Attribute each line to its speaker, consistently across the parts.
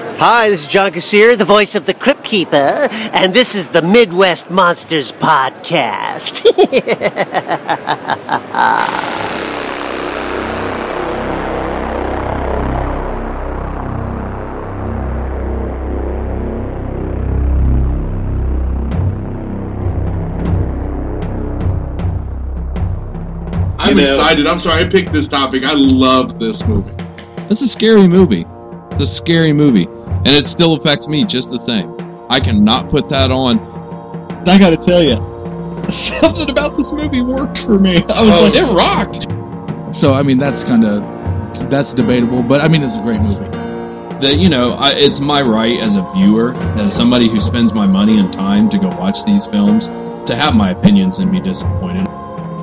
Speaker 1: Hi, this is John Kassir, the voice of the Crypt Keeper, and this is the Midwest Monsters Podcast.
Speaker 2: I'm
Speaker 3: You know-
Speaker 2: excited. I'm sorry I picked this topic. I love this movie.
Speaker 3: It's a scary movie. It's a scary movie. And it still affects me just the same. I cannot put that on. I gotta tell you, something about this movie worked for me. I was
Speaker 2: Oh,
Speaker 3: like,
Speaker 2: yeah.
Speaker 3: it rocked.
Speaker 4: So I mean that's kind of that's debatable, but I mean it's a great movie.
Speaker 3: That, you know, I, it's my right as a viewer, as somebody who spends my money and time to go watch these films, to have my opinions and be disappointed.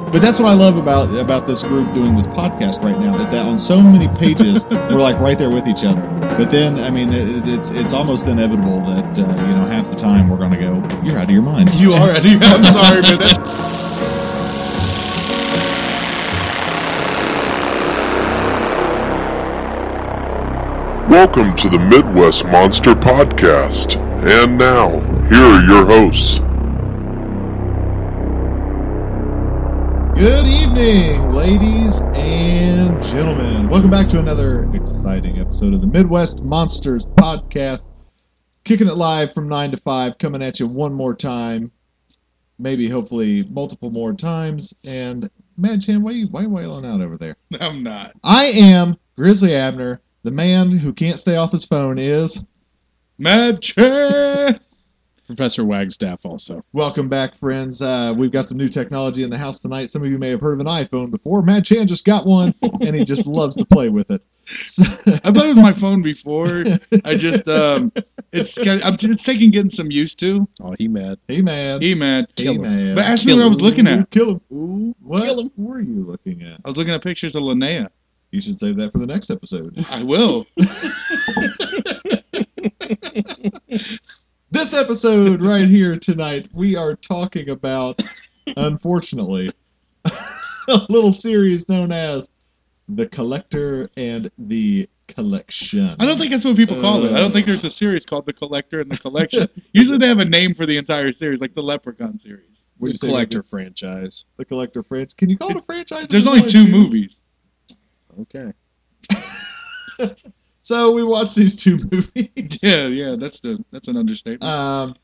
Speaker 5: But that's what I love about about this group doing this podcast right now is that on so many pages we're like right there with each other. But then I mean it, it's it's almost inevitable that uh, you know half the time we're going to go you're out of your mind.
Speaker 4: You are
Speaker 5: out of your
Speaker 2: I'm sorry, man. That's
Speaker 6: Welcome to the Midwest Monster Podcast. And now, here are your hosts.
Speaker 5: Good evening, ladies and gentlemen. Welcome back to another exciting episode of the Midwest Monsters podcast. Kicking it live from 9 to 5, coming at you one more time, maybe hopefully multiple more times. And Mad Chan, why you why you wailing out over there?
Speaker 2: I'm not.
Speaker 5: I am Grizzly Abner, the man who can't stay off his phone is
Speaker 2: Mad Chan.
Speaker 7: Professor Wagstaff also.
Speaker 5: Welcome back, friends. Uh, we've got some new technology in the house tonight. Some of you may have heard of an iPhone before. Matt Chan just got one, and he just loves to play with it. So-
Speaker 7: I played with my phone before. I just um, it's got- I'm- it's taking getting some used to.
Speaker 3: Oh, he mad.
Speaker 5: hey, man.
Speaker 7: He man,
Speaker 5: Hey, man.
Speaker 7: But ask me what I was looking at.
Speaker 5: Kill him. Ooh, what were you looking at?
Speaker 7: I was looking at pictures of Linnea.
Speaker 5: You should save that for the next episode.
Speaker 7: I will.
Speaker 5: this episode right here tonight, we are talking about, unfortunately, a little series known as The Collector and the Collection.
Speaker 7: I don't think that's what people call it. I don't think there's a series called The Collector and The Collection. Usually they have a name for the entire series, like the Leprechaun series.
Speaker 5: What'd you say, Ricky?
Speaker 7: franchise.
Speaker 5: The Collector franchise. Can you call it a franchise?
Speaker 7: There's only two movies.
Speaker 5: Okay. so we watched these two movies.
Speaker 7: Yeah, yeah, that's the that's an understatement.
Speaker 5: Um,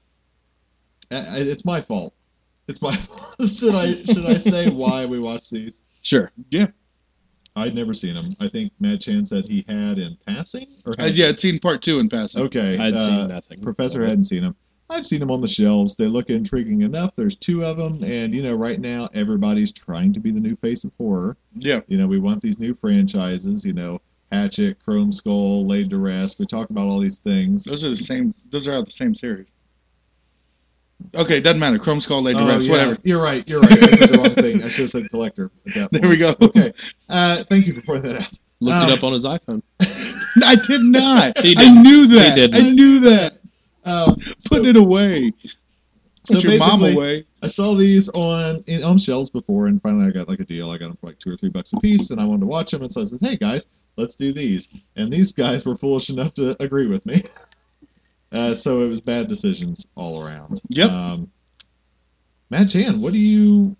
Speaker 5: I- I- it's my fault. It's my fault. should I should I say why we watched these?
Speaker 3: Sure.
Speaker 5: I'd never seen them. I think Mad Chan said he had in passing. Or
Speaker 7: Uh, yeah, I'd seen part two in passing.
Speaker 5: Okay.
Speaker 3: I'd
Speaker 5: uh,
Speaker 3: seen nothing.
Speaker 5: Professor hadn't seen them. I've seen them on the shelves. They look intriguing enough. There's two of them, and you know, right now everybody's trying to be the new face of horror.
Speaker 7: Yeah,
Speaker 5: You know, we want these new franchises, you know, Hatchet, Chrome Skull, Laid to Rest. We talk about all these things.
Speaker 7: those are the same. Those are out of the same series. Okay, doesn't matter. Chrome Skull, Lady
Speaker 5: Oh,
Speaker 7: Rest,
Speaker 5: yeah.
Speaker 7: whatever.
Speaker 5: You're right. You're right. I said the wrong thing. I should have said collector. At that
Speaker 7: There we
Speaker 5: point.
Speaker 7: go.
Speaker 5: Okay. Uh, thank you for pointing that out.
Speaker 3: Looked
Speaker 5: Um,
Speaker 7: Oh.
Speaker 3: it up on his iPhone.
Speaker 7: I did not.
Speaker 3: He
Speaker 7: I
Speaker 3: didn't.
Speaker 7: knew that.
Speaker 3: He didn't.
Speaker 7: I knew that.
Speaker 5: Um, so,
Speaker 7: Put it away.
Speaker 5: so
Speaker 7: Put your mom
Speaker 5: basically,
Speaker 7: away.
Speaker 5: I saw these on in, on shelves before, and finally I got like a deal. I got them for like two or three bucks a piece, and I wanted to watch them. And so I said, "Hey guys, let's do these." And these guys were foolish enough to agree with me. Uh, so it was bad decisions all around.
Speaker 7: Yep.
Speaker 5: Um, Matt Chan, what do you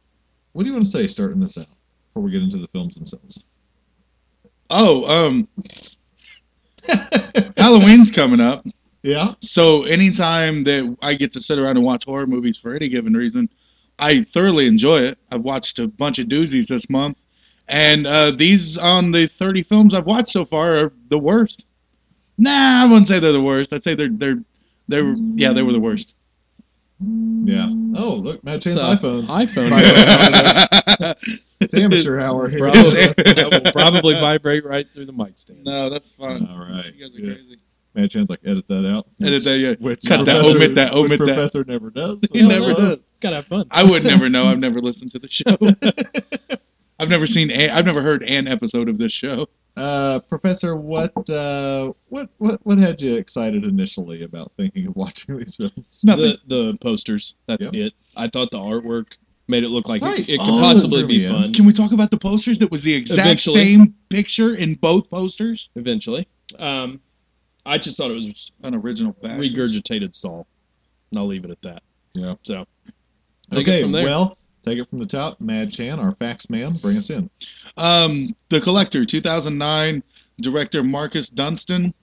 Speaker 5: what do you want to say starting this out before we get into the films themselves?
Speaker 7: Oh, um, Halloween's coming up.
Speaker 5: yeah.
Speaker 7: So anytime that I get to sit around and watch horror movies for any given reason, I thoroughly enjoy it. I've watched a bunch of doozies this month, and uh, these on the 30 films I've watched so far are the worst. Nah, I wouldn't say they're the worst. I'd say they're they're they were yeah they were the worst.
Speaker 5: Yeah.
Speaker 7: Mm.
Speaker 5: Oh, look, Matt Chan's
Speaker 3: So,
Speaker 5: iPhones.
Speaker 3: iPhone.
Speaker 5: By the way, it's amateur hour here.
Speaker 3: Probably, that will probably vibrate right through the mic stand.
Speaker 7: no, that's fun.
Speaker 5: All right.
Speaker 7: You guys are
Speaker 5: good.
Speaker 7: crazy.
Speaker 5: Matt Chan's like edit that out.
Speaker 7: Edit that, yeah.
Speaker 5: Which
Speaker 7: Cut that,
Speaker 5: professor-
Speaker 7: omit that,
Speaker 5: which
Speaker 7: omit that.
Speaker 5: Professor never does.
Speaker 7: He never does.
Speaker 3: Gotta have fun.
Speaker 7: I would never know. I've never listened to the show. I've never seen. A, I've never heard an episode of this show.
Speaker 5: Uh, Professor, what, uh, what, what, what had you excited initially about thinking of watching these films?
Speaker 3: the, the posters. That's
Speaker 5: Yep.
Speaker 3: it. I thought the artwork made it look like
Speaker 5: Right.
Speaker 3: it, it could
Speaker 7: Oh,
Speaker 3: possibly be
Speaker 5: trivia.
Speaker 3: fun.
Speaker 7: Can we talk about the posters? That was the exact
Speaker 3: Eventually.
Speaker 7: same picture in both posters.
Speaker 3: eventually. Um,
Speaker 7: I just thought it was an original bastard.
Speaker 5: regurgitated Saul. And I'll leave it at that.
Speaker 7: Yeah.
Speaker 5: So.
Speaker 3: Take it
Speaker 5: okay.
Speaker 3: from there.
Speaker 5: Well, take it from the top. Mad Chan, our fax man, bring us in.
Speaker 7: Um, the Collector, 2009, director Marcus Dunstan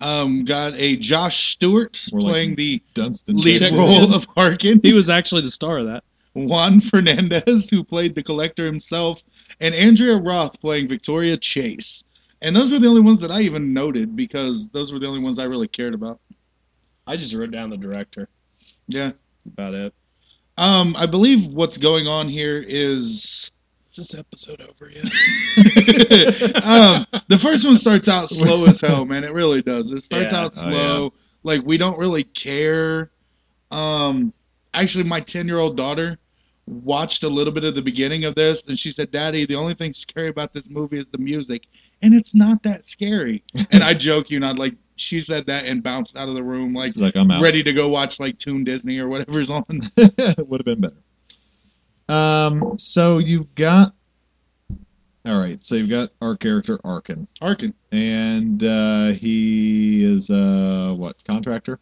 Speaker 7: um, got a Josh Stewart
Speaker 5: We're like-
Speaker 7: playing the
Speaker 5: Dunstan.
Speaker 7: lead
Speaker 5: Texas.
Speaker 7: role of Harkin.
Speaker 8: He was actually the star of that.
Speaker 7: Juan Fernandez, who played the Collector himself, and Andrea Roth playing Victoria Chase. And those were the only ones that I even noted because those were the only ones I really cared about.
Speaker 8: I just wrote down the director.
Speaker 7: Yeah.
Speaker 8: About it.
Speaker 7: Um, I believe what's going on here is
Speaker 8: Is this episode over yet?
Speaker 7: um, the first one starts out slow as hell, man. It really does. It starts
Speaker 8: Yeah.
Speaker 7: out
Speaker 3: Oh,
Speaker 7: slow. Like we don't really care. Um, actually, my ten-year-old daughter watched a little bit of the beginning of this, and she said, "Daddy, the only thing scary about this movie is the music, and it's not that scary." and I joke you not, like she said that and bounced out of the room, like
Speaker 5: He's like, I'm out.
Speaker 7: ready to go watch like Toon Disney or whatever's on.
Speaker 5: Would have been better. Um, so you've got. All right. So you've got our character, Arkin.
Speaker 7: Arkin,
Speaker 5: And uh, he is, uh, what, contractor? Is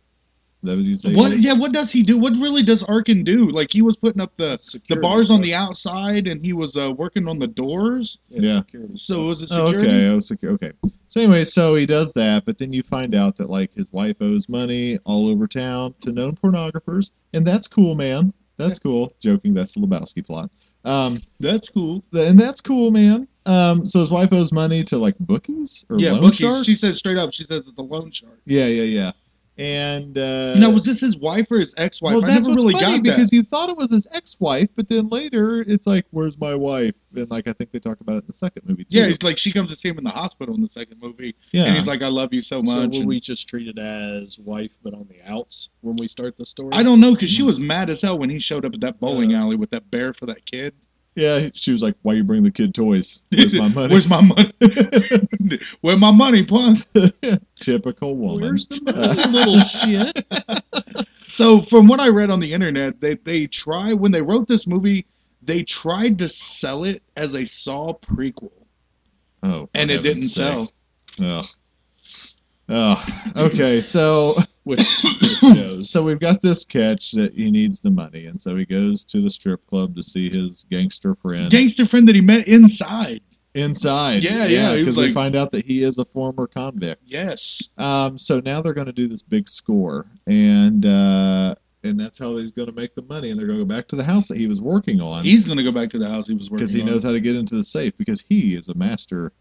Speaker 5: That what you say? he
Speaker 7: what?
Speaker 5: is?
Speaker 7: Yeah, what does he do? What really does Arkin do? Like he was putting up the the
Speaker 8: Security
Speaker 7: bars on
Speaker 8: guard.
Speaker 7: the outside and he was uh, working on the doors.
Speaker 5: Yeah.
Speaker 8: security.
Speaker 7: So was it
Speaker 5: Oh,
Speaker 7: security?
Speaker 5: okay. Oh, secu- okay. So anyway, so he does that, but then you find out that like his wife owes money all over town to known pornographers, and that's cool, man. That's cool. Joking. That's the Lebowski plot. Um,
Speaker 7: That's cool.
Speaker 5: th- and that's cool, man. Um, so his wife owes money to like bookies or
Speaker 7: yeah,
Speaker 5: loan
Speaker 7: bookies.
Speaker 5: sharks?
Speaker 7: She says straight up. She says it's the loan shark.
Speaker 5: Yeah, yeah, yeah. And uh,
Speaker 7: now was this his wife or his ex-wife?
Speaker 5: well,
Speaker 7: I
Speaker 5: that's
Speaker 7: never
Speaker 5: what's
Speaker 7: really
Speaker 5: funny
Speaker 7: got
Speaker 5: because
Speaker 7: that.
Speaker 5: you thought it was his ex-wife, but then later it's like, where's my wife? And like I think they talk about it in the second movie too.
Speaker 7: Yeah, it's like she comes to see him in the hospital in the second movie,
Speaker 5: yeah.
Speaker 7: and he's like, "I love you so
Speaker 8: So
Speaker 7: much."
Speaker 8: were
Speaker 7: and-
Speaker 8: we just treated as wife, but on the outs when we start the story?
Speaker 7: I don't know because she was mad as hell when he showed up at that bowling
Speaker 8: Yeah.
Speaker 7: alley with that bear for that kid.
Speaker 5: Yeah, she was like, "Why you bring the kid toys? Where's my money?"
Speaker 7: Where's my money? Where my money, punk?
Speaker 5: Typical woman.
Speaker 8: Where's the money, little shit?
Speaker 7: So, from what I read on the internet, they they try when they wrote this movie, they tried to sell it as a Saw prequel,
Speaker 5: oh, for
Speaker 7: and it
Speaker 5: heaven's
Speaker 7: didn't
Speaker 5: sake.
Speaker 7: sell.
Speaker 5: Ugh. Ugh. Okay, so
Speaker 8: Which it shows.
Speaker 5: so we've got this catch that he needs the money, and so he goes to the strip club to see his gangster friend
Speaker 7: Gangster friend that he met inside.
Speaker 5: inside.
Speaker 7: Yeah, yeah, he was
Speaker 5: Because we
Speaker 7: like-
Speaker 5: find out that he is a former convict.
Speaker 7: Yes.
Speaker 5: Um, so now they're going to do this big score, and uh, and that's how he's going to make the money, and they're going to go back to the house that he was working on.
Speaker 7: He's going to go back to the house he was working
Speaker 5: because he
Speaker 7: on.
Speaker 5: knows how to get into the safe because he is a master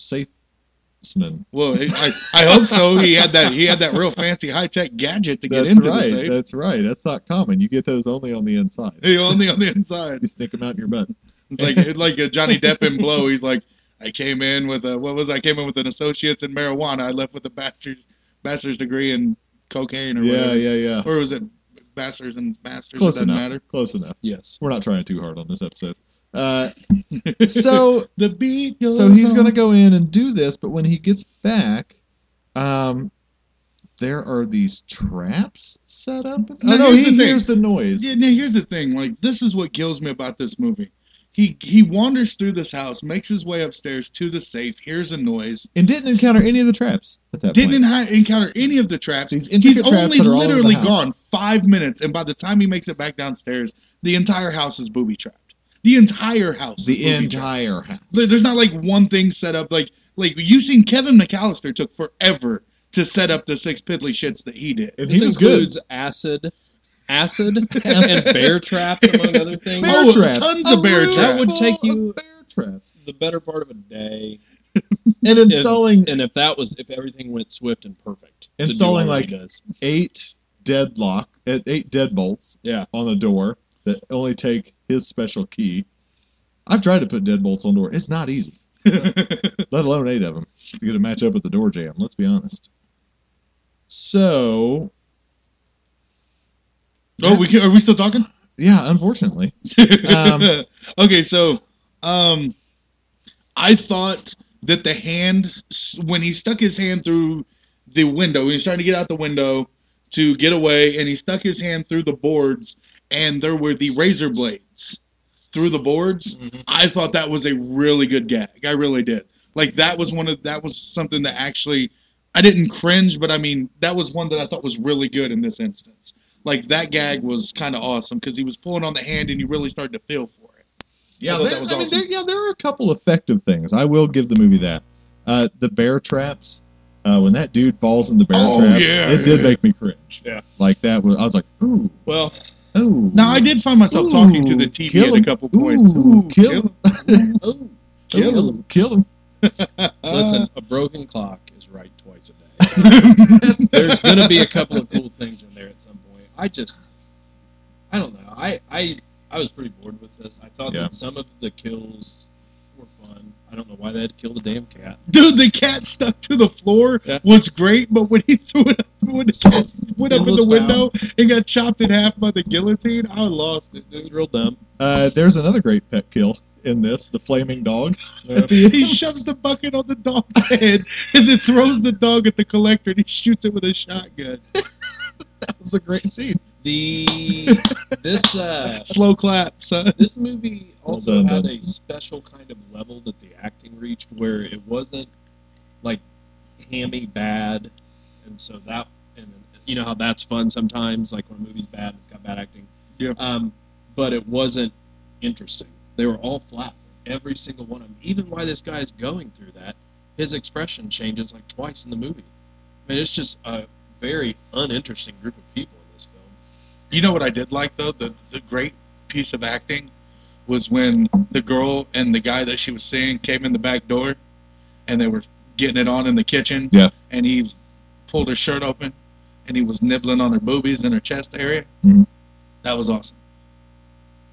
Speaker 5: safesman.
Speaker 7: Well, he- I, I hope so. He had that he had that real fancy high tech gadget to get
Speaker 5: That's
Speaker 7: into
Speaker 5: right.
Speaker 7: the safe.
Speaker 5: That's right. That's not common. You get those only on the inside.
Speaker 7: He only on the inside.
Speaker 5: You stick them out in your butt.
Speaker 7: It's like it's like a Johnny Depp in Blow. He's like, I came in with a what was I I came in with an associate's in marijuana. I left with a bachelor's bachelor's degree in cocaine or
Speaker 5: Yeah,
Speaker 7: whatever.
Speaker 5: yeah, yeah.
Speaker 7: or was it masters and masters?
Speaker 5: Close
Speaker 7: it doesn't
Speaker 5: enough.
Speaker 7: matter.
Speaker 5: Close enough.
Speaker 8: Yes.
Speaker 5: We're not trying too hard on this episode. Uh, so
Speaker 7: The beat.
Speaker 5: so he's gonna go in and do this, but when he gets back, um, there are these traps set up.
Speaker 7: Now,
Speaker 5: oh no,
Speaker 7: here's
Speaker 5: he
Speaker 7: the thing.
Speaker 5: hears the noise.
Speaker 7: Yeah, now here's the thing. Like this is what kills me about this movie. He he wanders through this house, makes his way upstairs to the safe, hears a noise,
Speaker 5: and didn't encounter any of the traps at that
Speaker 7: didn't
Speaker 5: point.
Speaker 7: enhi- encounter any of the traps.
Speaker 5: These
Speaker 7: He's
Speaker 5: intricate traps
Speaker 7: only
Speaker 5: that are all over the
Speaker 7: literally
Speaker 5: house.
Speaker 7: gone five minutes, and by the time he makes it back downstairs, the entire house is booby trapped. The entire house. is
Speaker 5: The
Speaker 7: booby-trapped.
Speaker 5: entire house.
Speaker 7: There- There's not like one thing set up. Like like you've seen Kevin McAllister took forever to set up the six piddly shits that he did.
Speaker 5: And
Speaker 8: This
Speaker 5: he was good.
Speaker 8: includes acid, acid, and bear traps among other things.
Speaker 5: Bear
Speaker 7: Oh,
Speaker 5: traps.
Speaker 7: tons of bear
Speaker 5: room
Speaker 7: traps. That
Speaker 8: would
Speaker 5: full
Speaker 8: take
Speaker 5: of
Speaker 8: you-
Speaker 5: bear traps.
Speaker 8: The better part of a day.
Speaker 5: And installing
Speaker 8: And if that was, if everything went swift and perfect, to do
Speaker 5: Installing,
Speaker 8: all that he
Speaker 5: like-
Speaker 8: does.
Speaker 5: eight deadlock, eh, eight deadbolts
Speaker 8: Yeah.
Speaker 5: on the door that only take his special key. I've tried to put deadbolts on door. It's not easy, let alone eight of them to get a match up with the door jam. Let's be honest. So,
Speaker 7: Oh, we are we still talking?
Speaker 5: yeah, unfortunately, Um,
Speaker 7: okay, so um, I thought that the hand when he stuck his hand through the window, he was trying to get out the window to get away, and he stuck his hand through the boards, and there were the razor blades through the boards.
Speaker 5: Mm-hmm.
Speaker 7: I thought that was a really good gag. I really did. Like that was one of that was something that actually I didn't cringe, but I mean, that was one that I thought was really good in this instance. Like that
Speaker 5: Mm-hmm.
Speaker 7: gag was kind of awesome because he was pulling on the hand and you really started to feel for it. I
Speaker 5: Yeah,
Speaker 7: thought that
Speaker 5: there's-
Speaker 7: was
Speaker 5: I mean,
Speaker 7: awesome.
Speaker 5: there, yeah, there are a couple effective things. I will give the movie that. Uh, the bear traps. Uh, when that dude falls in the bear
Speaker 7: Oh,
Speaker 5: traps,
Speaker 7: yeah,
Speaker 5: it did
Speaker 7: yeah.
Speaker 5: make me cringe.
Speaker 7: Yeah.
Speaker 5: like that was. I was like, ooh,
Speaker 7: Well,
Speaker 5: ooh.
Speaker 7: now I did find myself talking to the
Speaker 5: Ooh,
Speaker 7: TV
Speaker 5: kill
Speaker 7: at a
Speaker 5: him.
Speaker 7: couple
Speaker 5: Ooh,
Speaker 7: points.
Speaker 5: kill him. Ooh,
Speaker 7: Kill
Speaker 5: kill him, kill him.
Speaker 8: oh,
Speaker 5: Uh,
Speaker 8: Listen, a broken clock is right twice a day. There's gonna be a couple of cool things in there at some point. I just, I don't know. I I I was pretty bored with this. I thought
Speaker 5: Yeah.
Speaker 8: that some of the kills were fun. I don't know why they had to kill the damn cat.
Speaker 7: Dude, the cat stuck to the floor
Speaker 8: Yeah.
Speaker 7: was great, but when he threw it up, when the cat went up
Speaker 8: It
Speaker 7: in
Speaker 8: was
Speaker 7: the window and got chopped in half by the guillotine, I lost it.
Speaker 8: It was real dumb.
Speaker 5: Uh, there's another great pet kill in this. The flaming dog.
Speaker 8: Yeah.
Speaker 7: He shoves the bucket on the dog's head and then throws the dog at the collector and he shoots it with a shotgun.
Speaker 5: That was a great scene.
Speaker 8: The this uh
Speaker 7: Slow clap, son.
Speaker 8: this movie also
Speaker 5: done,
Speaker 8: had a
Speaker 5: Dustin.
Speaker 8: special kind of level that the acting reached where it wasn't like hammy bad and so that and you know how that's fun sometimes like when a movie's bad and it's got bad acting
Speaker 7: Yeah.
Speaker 8: um, but it wasn't interesting they were all flat every single one of them even why this guy is going through that his expression changes like twice in the movie i mean it's just a very uninteresting group of people in this film
Speaker 7: You know what I did like though? The the great piece of acting was when the girl and the guy that she was seeing came in the back door and they were getting it on in the kitchen.
Speaker 5: Yeah.
Speaker 7: And he pulled her shirt open and he was nibbling on her boobies and her chest area.
Speaker 5: Mhm.
Speaker 7: That was awesome.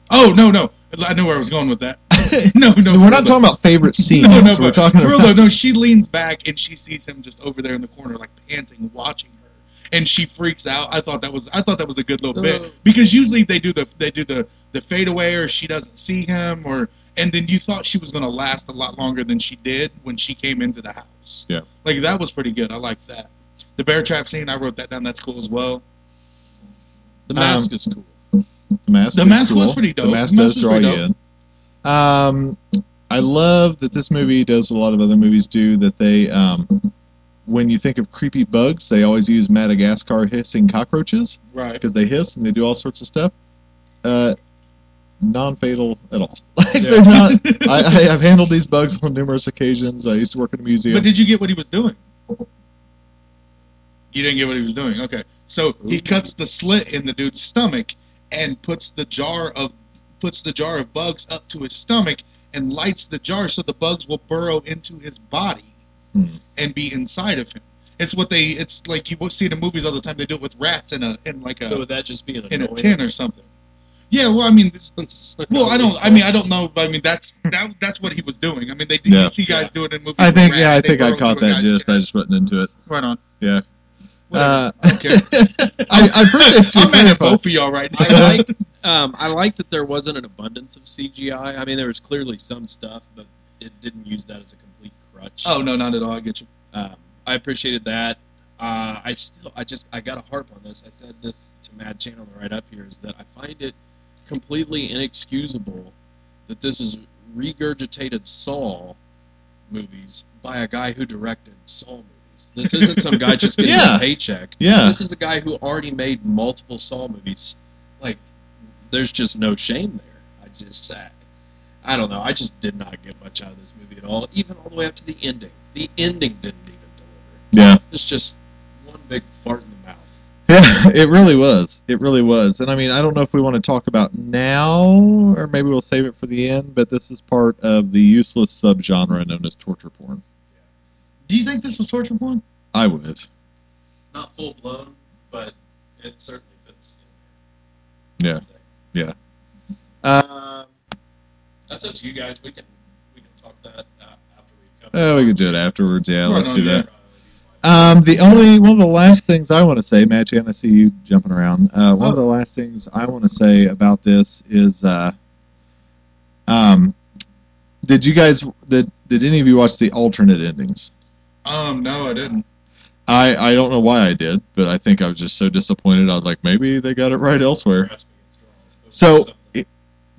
Speaker 7: Oh no no. I knew where I was going with that. No, no.
Speaker 5: we're
Speaker 7: real
Speaker 5: not
Speaker 7: though.
Speaker 5: talking about favorite scenes.
Speaker 7: No, no,
Speaker 5: we're
Speaker 7: but
Speaker 5: talking
Speaker 7: for real
Speaker 5: about
Speaker 7: though, no, she leans back and she sees him just over there in the corner, like panting, watching her, and she freaks out. I thought that was I thought that was a good little
Speaker 8: Uh.
Speaker 7: bit because usually they do the they do the the fade away or she doesn't see him or and then you thought she was gonna last a lot longer than she did when she came into the house.
Speaker 5: Yeah.
Speaker 7: like that was pretty good. I like that. The bear trap scene, I wrote that down. That's cool as well.
Speaker 8: the
Speaker 5: Um,
Speaker 8: mask is cool
Speaker 5: The mask.
Speaker 7: The
Speaker 5: is
Speaker 7: mask was
Speaker 5: cool.
Speaker 7: pretty dope.
Speaker 5: The mask
Speaker 7: The mask
Speaker 5: does
Speaker 7: was
Speaker 5: draw
Speaker 7: pretty
Speaker 5: you in. Um, I love that this movie does what a lot of other movies do. That they, um, when you think of creepy bugs, they always use Madagascar hissing cockroaches
Speaker 7: Right.
Speaker 5: because they hiss and they do all sorts of stuff. Uh, non-fatal at all. Like
Speaker 7: Yeah.
Speaker 5: they're not. I, I, I've handled these bugs on numerous occasions. I used to work in a museum.
Speaker 7: But did you get what he was doing? You didn't get what he was doing. Okay. So he cuts the slit in the dude's stomach and puts the jar of puts the jar of bugs up to his stomach and lights the jar so the bugs will burrow into his body
Speaker 5: Hmm.
Speaker 7: and be inside of him. It's what they it's like you will see it in movies all the time. They do it with rats in a in like a
Speaker 8: so would that just be an
Speaker 7: in a
Speaker 8: annoyance?
Speaker 7: tin or something. Yeah, well I mean well, I don't. I mean, I don't know. But I mean, that's that, that's what he was doing. I mean, they
Speaker 5: Yeah.
Speaker 7: you see guys do it in movies.
Speaker 5: I think.
Speaker 7: where
Speaker 5: Yeah, I
Speaker 7: they
Speaker 5: think I
Speaker 7: burrow
Speaker 5: caught
Speaker 7: through a
Speaker 5: that
Speaker 7: guy's
Speaker 5: gist. I
Speaker 7: chest.
Speaker 5: just wasn't into it.
Speaker 7: Right on.
Speaker 5: Yeah.
Speaker 7: Whatever.
Speaker 5: Uh,
Speaker 7: I don't care.
Speaker 5: I, I've heard it too.
Speaker 7: I'm mad at both of y'all right now.
Speaker 8: I like um, I like that there wasn't an abundance of CGI. I mean, there was clearly some stuff, but it didn't use that as a complete crutch.
Speaker 7: oh no, not at all. I get you.
Speaker 8: Um, I appreciated that. Uh, I still, I just, I got to harp on this. I said this to Mad Chan on the right up here is that I find it completely inexcusable that this is regurgitated Saw movies by a guy who directed Saw movies. This isn't some guy just getting
Speaker 5: Yeah.
Speaker 8: a paycheck.
Speaker 5: Yeah.
Speaker 8: This is a guy who already made multiple Saw movies. Like, there's just no shame there. I just, I, I don't know. I just did not get much out of this movie at all, even all the way up to the ending. The ending didn't even deliver.
Speaker 5: Yeah.
Speaker 8: It's just one big fart in the mouth.
Speaker 5: Yeah, it really was. It really was. And I mean, I don't know if we want to talk about now, or maybe we'll save it for the end. But this is part of the useless subgenre known as torture porn.
Speaker 7: Do you think this was torture porn?
Speaker 5: I would.
Speaker 8: Not full blown, but it certainly fits.
Speaker 5: in there. Yeah. Yeah.
Speaker 8: Um, that's up to you guys. We can we can talk that uh, after we come.
Speaker 5: Oh, we could do it afterwards. Yeah, let's do that.
Speaker 8: Uh,
Speaker 5: Um, the only one of the last things I want to say, Matt Chan, I see you jumping around. Uh, one of the last things I want to say about this is, uh, um, did you guys did did any of you watch the alternate endings?
Speaker 7: Um, no, I didn't.
Speaker 5: I, I don't know why I did, but I think I was just so disappointed. I was like, maybe they got it right elsewhere. So it,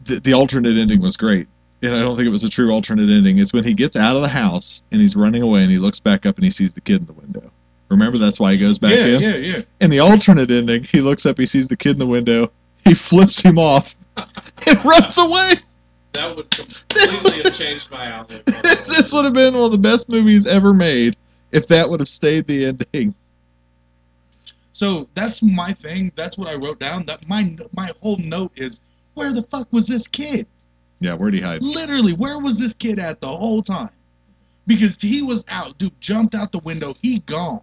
Speaker 5: the, the alternate ending was great. And I don't think it was a true alternate ending. It's when he gets out of the house and he's running away and he looks back up and he sees the kid in the window. Remember, that's why he goes back
Speaker 7: yeah,
Speaker 5: in.
Speaker 7: yeah, yeah.
Speaker 5: In the alternate ending, he looks up, he sees the kid in the window, he flips him off, and runs away.
Speaker 8: That would completely have changed my outlook. on the
Speaker 5: This- this would have been one of the best movies ever made if that would have stayed the ending.
Speaker 7: So that's my thing. That's what I wrote down. That my my whole note is where the fuck was this kid?
Speaker 5: Yeah, where'd he hide?
Speaker 7: Literally, where was this kid at the whole time? Because he was out. Dude jumped out the window. He gone.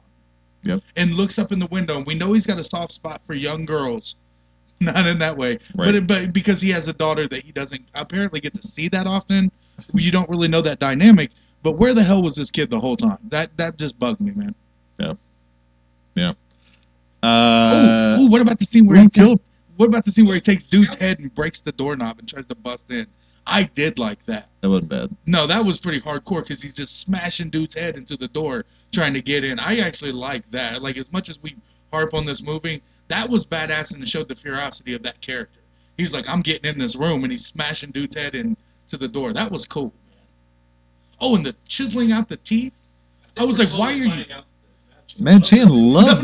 Speaker 5: Yep.
Speaker 7: And looks up in the window. And we know he's got a soft spot for young girls. Not in that way,
Speaker 5: Right.
Speaker 7: but but because he has a daughter that he doesn't apparently get to see that often, you don't really know that dynamic. But where the hell was this kid the whole time? That that just bugged me, man.
Speaker 5: Uh,
Speaker 7: Ooh, ooh, what about the scene where
Speaker 5: we
Speaker 7: he killed?
Speaker 5: killed-
Speaker 7: What about the scene where he takes dude's head and breaks the doorknob and tries to bust in? I did like that.
Speaker 5: that wasn't bad.
Speaker 7: No, that was pretty hardcore because he's just smashing dude's head into the door trying to get in. I actually like that. Like as much as we harp on this movie, that was badass and it showed the ferocity of that character. He's like, I'm getting in this room and he's smashing dude's head into the door. That was cool, man. Oh, and the chiseling out the teeth. I was like, why are you?
Speaker 5: Man, Chan loved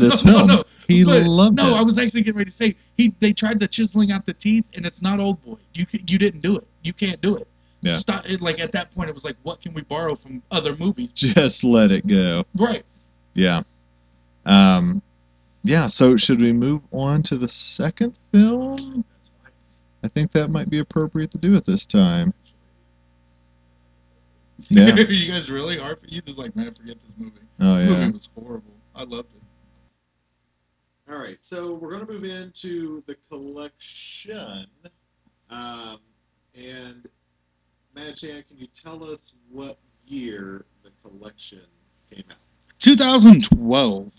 Speaker 7: No,
Speaker 5: this
Speaker 7: no,
Speaker 5: film.
Speaker 7: no,
Speaker 5: he
Speaker 7: but-
Speaker 5: loved
Speaker 7: No,
Speaker 5: it.
Speaker 7: I was actually getting ready to say he. They tried the chiseling out the teeth, and it's not old boy. You c- you didn't do it. You can't do it.
Speaker 5: Yeah.
Speaker 7: Stop, it, like at that point, it was like, what can we borrow from other movies?
Speaker 5: Just let it go.
Speaker 7: Right.
Speaker 5: Yeah. Um, yeah, so should we move on to the second film? I think that might be appropriate to do at this time. Yeah.
Speaker 7: you guys really are. You just like man, forget this movie.
Speaker 5: Oh,
Speaker 7: This
Speaker 5: yeah.
Speaker 7: movie was horrible. I loved it.
Speaker 8: All right, so we're going to move into the collection. Um, and Madjan, can you tell us what year the collection came out?
Speaker 7: 2012.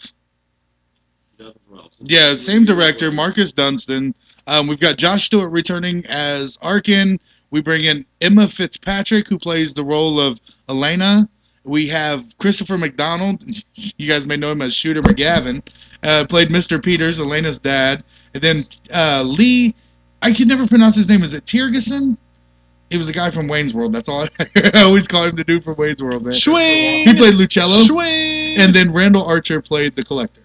Speaker 8: 2012. So
Speaker 7: Yeah,
Speaker 8: this is
Speaker 7: same
Speaker 8: the year
Speaker 7: director,
Speaker 8: where-
Speaker 7: Marcus Dunstan. Um, we've got Josh Stewart returning as Arkin. We bring in Emma Fitzpatrick, who plays the role of Elena. We have Christopher McDonald. You guys may know him as Shooter McGavin. Uh, played Mr. Peters, Elena's dad. And then uh, Lee, I can never pronounce his name. Is it Tiergeson? He was a guy from Wayne's World. That's all I, I always call him the dude from Wayne's World. Man.
Speaker 5: Swing!
Speaker 7: He played Lucello.
Speaker 5: Swing!
Speaker 7: And then Randall Archer played the Collector.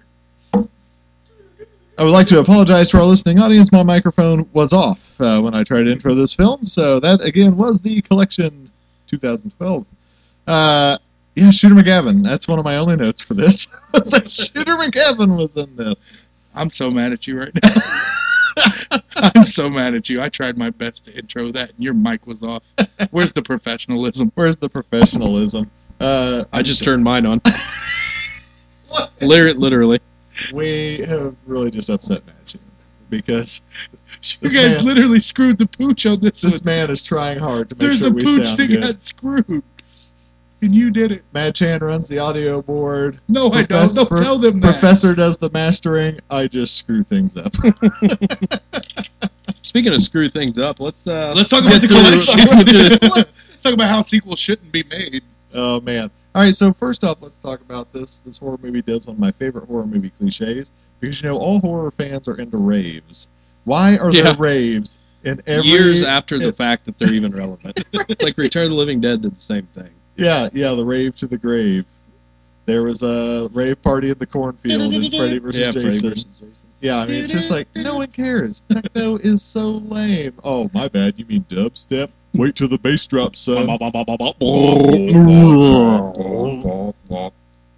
Speaker 5: I would like to apologize to our listening audience. My microphone was off uh, when I tried to intro this film, so that again was the collection 2012. Uh, yeah, Shooter McGavin. That's one of my only notes for this. was that Shooter McGavin was in this.
Speaker 7: I'm so mad at you right now. I'm so mad at you. I tried my best to intro that, and your mic was off. Where's the professionalism?
Speaker 5: Where's the professionalism? Uh,
Speaker 3: I just turned mine on. Literally, literally.
Speaker 5: we have really just upset Matchin because
Speaker 7: You
Speaker 5: this,
Speaker 7: guys
Speaker 5: man,
Speaker 7: literally screwed the pooch on this one.
Speaker 5: this man is trying hard to make
Speaker 7: There's
Speaker 5: sure
Speaker 7: a
Speaker 5: we
Speaker 7: pooch
Speaker 5: sound
Speaker 7: that
Speaker 5: good.
Speaker 7: got screwed, and you did it.
Speaker 5: Mad Chan runs the audio board.
Speaker 7: No, I don't.
Speaker 5: Professor-
Speaker 7: Don't
Speaker 5: Prof-
Speaker 7: tell them that.
Speaker 5: Professor does the mastering. I just screw things up.
Speaker 3: Speaking of screw things up, let's uh,
Speaker 7: Let's talk about the collection. Let's talk about how sequels shouldn't be made.
Speaker 5: Oh man! All right, so first off, let's talk about this. This horror movie does one of my favorite horror movie cliches because you know all horror fans are into raves. Why are
Speaker 3: Yeah.
Speaker 5: there raves in every
Speaker 3: years after the fact that they're even relevant. It's like Return of the Living Dead did the same thing.
Speaker 5: Yeah, yeah, the rave to the grave. There was a rave party in the cornfield in Freddy versus
Speaker 3: yeah, Freddy
Speaker 5: Jason.
Speaker 3: versus Jason.
Speaker 5: Yeah, I mean it's just like no one cares. Techno is so lame. Oh my bad, you mean dubstep? Wait till the bass drops, son.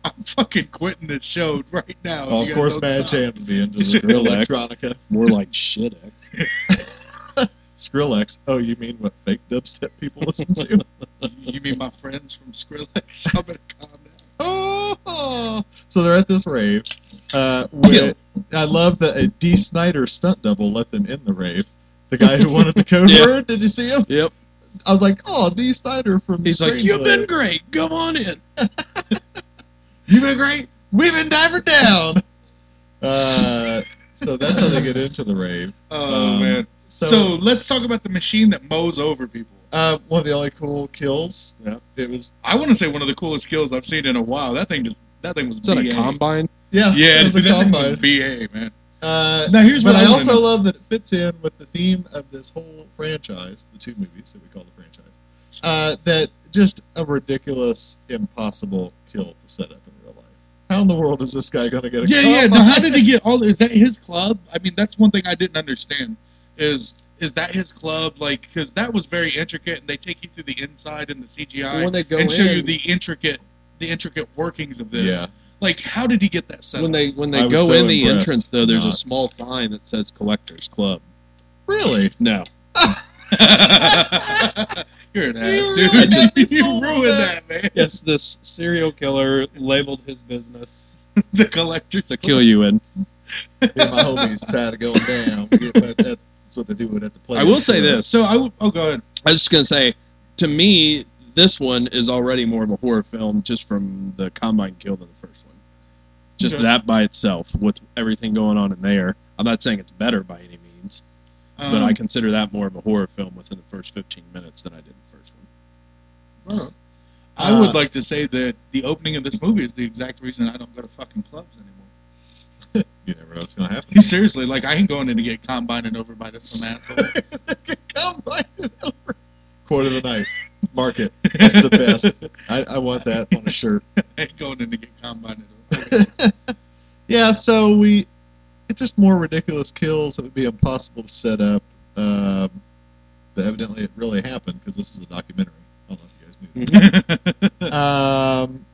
Speaker 7: I'm fucking quitting this show right now. if
Speaker 5: Oh, of
Speaker 7: you guys
Speaker 5: course,
Speaker 7: don't
Speaker 5: Mad
Speaker 7: stop.
Speaker 5: Chan would be into the real
Speaker 3: Relax.
Speaker 5: electronica.
Speaker 3: More like shit. X.
Speaker 5: Skrillex. Oh, you mean what fake dubstep people listen to?
Speaker 7: You mean my friends from Skrillex? I'm gonna calm down.
Speaker 5: oh, so they're at this rave. Uh, where I love that a D. Snyder stunt double let them in the rave. The guy who wanted the code
Speaker 3: Yeah.
Speaker 5: word. Did you see him?
Speaker 3: Yep.
Speaker 5: I was like, oh, D. Snyder from.
Speaker 3: He's like,
Speaker 5: Strange
Speaker 3: you've been
Speaker 5: Land."
Speaker 3: great. Come on in.
Speaker 5: You've been great. We've been diving down. Uh, so that's how they get into the rave.
Speaker 7: Oh
Speaker 5: Um,
Speaker 7: man. So, let's talk about the machine that mows over people.
Speaker 5: uh, one of the only cool kills.
Speaker 3: Yeah.
Speaker 5: It was.
Speaker 7: I want to say one of the coolest kills I've seen in a while. That thing just that thing was
Speaker 3: Is that
Speaker 7: BA.
Speaker 3: a combine?
Speaker 5: Yeah.
Speaker 7: Yeah,
Speaker 5: It was a
Speaker 7: that thing
Speaker 5: combine.
Speaker 7: was BA man.
Speaker 5: Uh,
Speaker 7: Now here's what
Speaker 5: but I
Speaker 7: wanna
Speaker 5: also
Speaker 7: know.
Speaker 5: love that it fits in with the theme of this whole franchise, the two movies that we call the franchise. Uh, that just a ridiculous, impossible kill to set up in real life. How in the world is this guy going to get a
Speaker 7: Yeah,
Speaker 5: cup?
Speaker 7: yeah. Now, how did he get all? Is that his club? I mean, that's one thing I didn't understand. Is is that his club? Like, because that was very intricate, and they take you through the inside and the CGI
Speaker 8: when they go
Speaker 7: and show
Speaker 8: in,
Speaker 7: you the intricate the intricate workings of this.
Speaker 5: Yeah.
Speaker 7: Like, how did he get that set?
Speaker 8: when
Speaker 7: up?
Speaker 8: they when
Speaker 5: I
Speaker 8: they
Speaker 5: was
Speaker 8: go
Speaker 5: so
Speaker 8: in the
Speaker 5: impressed.
Speaker 8: entrance though, there's a
Speaker 5: Not.
Speaker 8: small sign that says Collectors Club.
Speaker 5: Really?
Speaker 8: No,
Speaker 7: You're an ass,
Speaker 5: You
Speaker 7: dude.
Speaker 5: ruined that.
Speaker 7: you
Speaker 5: You
Speaker 7: ruined that, man.
Speaker 8: it's this serial killer labeled his business
Speaker 7: The collector's
Speaker 8: to kill you in.
Speaker 5: Get my homies tired of going down. Get my, that's what they do at the place.
Speaker 8: I will say this.
Speaker 7: So I would. Oh, go ahead.
Speaker 8: I was just gonna say, to me, this one is already more of a horror film just from the combine kill than the first one. Just
Speaker 7: Okay.
Speaker 8: that by itself, with everything going on in there. I'm not saying it's better by any means, but
Speaker 7: Um,
Speaker 8: I consider that more of a horror film within the first 15 minutes than I did the first one.
Speaker 7: I would
Speaker 5: Uh,
Speaker 7: like to say that the opening of this movie is the exact reason I don't go to fucking clubs anymore.
Speaker 5: You never know what's going to happen.
Speaker 7: Seriously, like I ain't going in to get combined over by this some asshole.
Speaker 5: Come by the number. Quarter of the night. Mark it. That's the best. I, I want that on a shirt.
Speaker 7: I ain't going in to get combined over.
Speaker 5: yeah, so we it's just more ridiculous kills that would be impossible to set up. Um, but evidently, it really happened because this is a documentary. I don't know if you guys knew.
Speaker 8: Mm-hmm.
Speaker 5: That. um,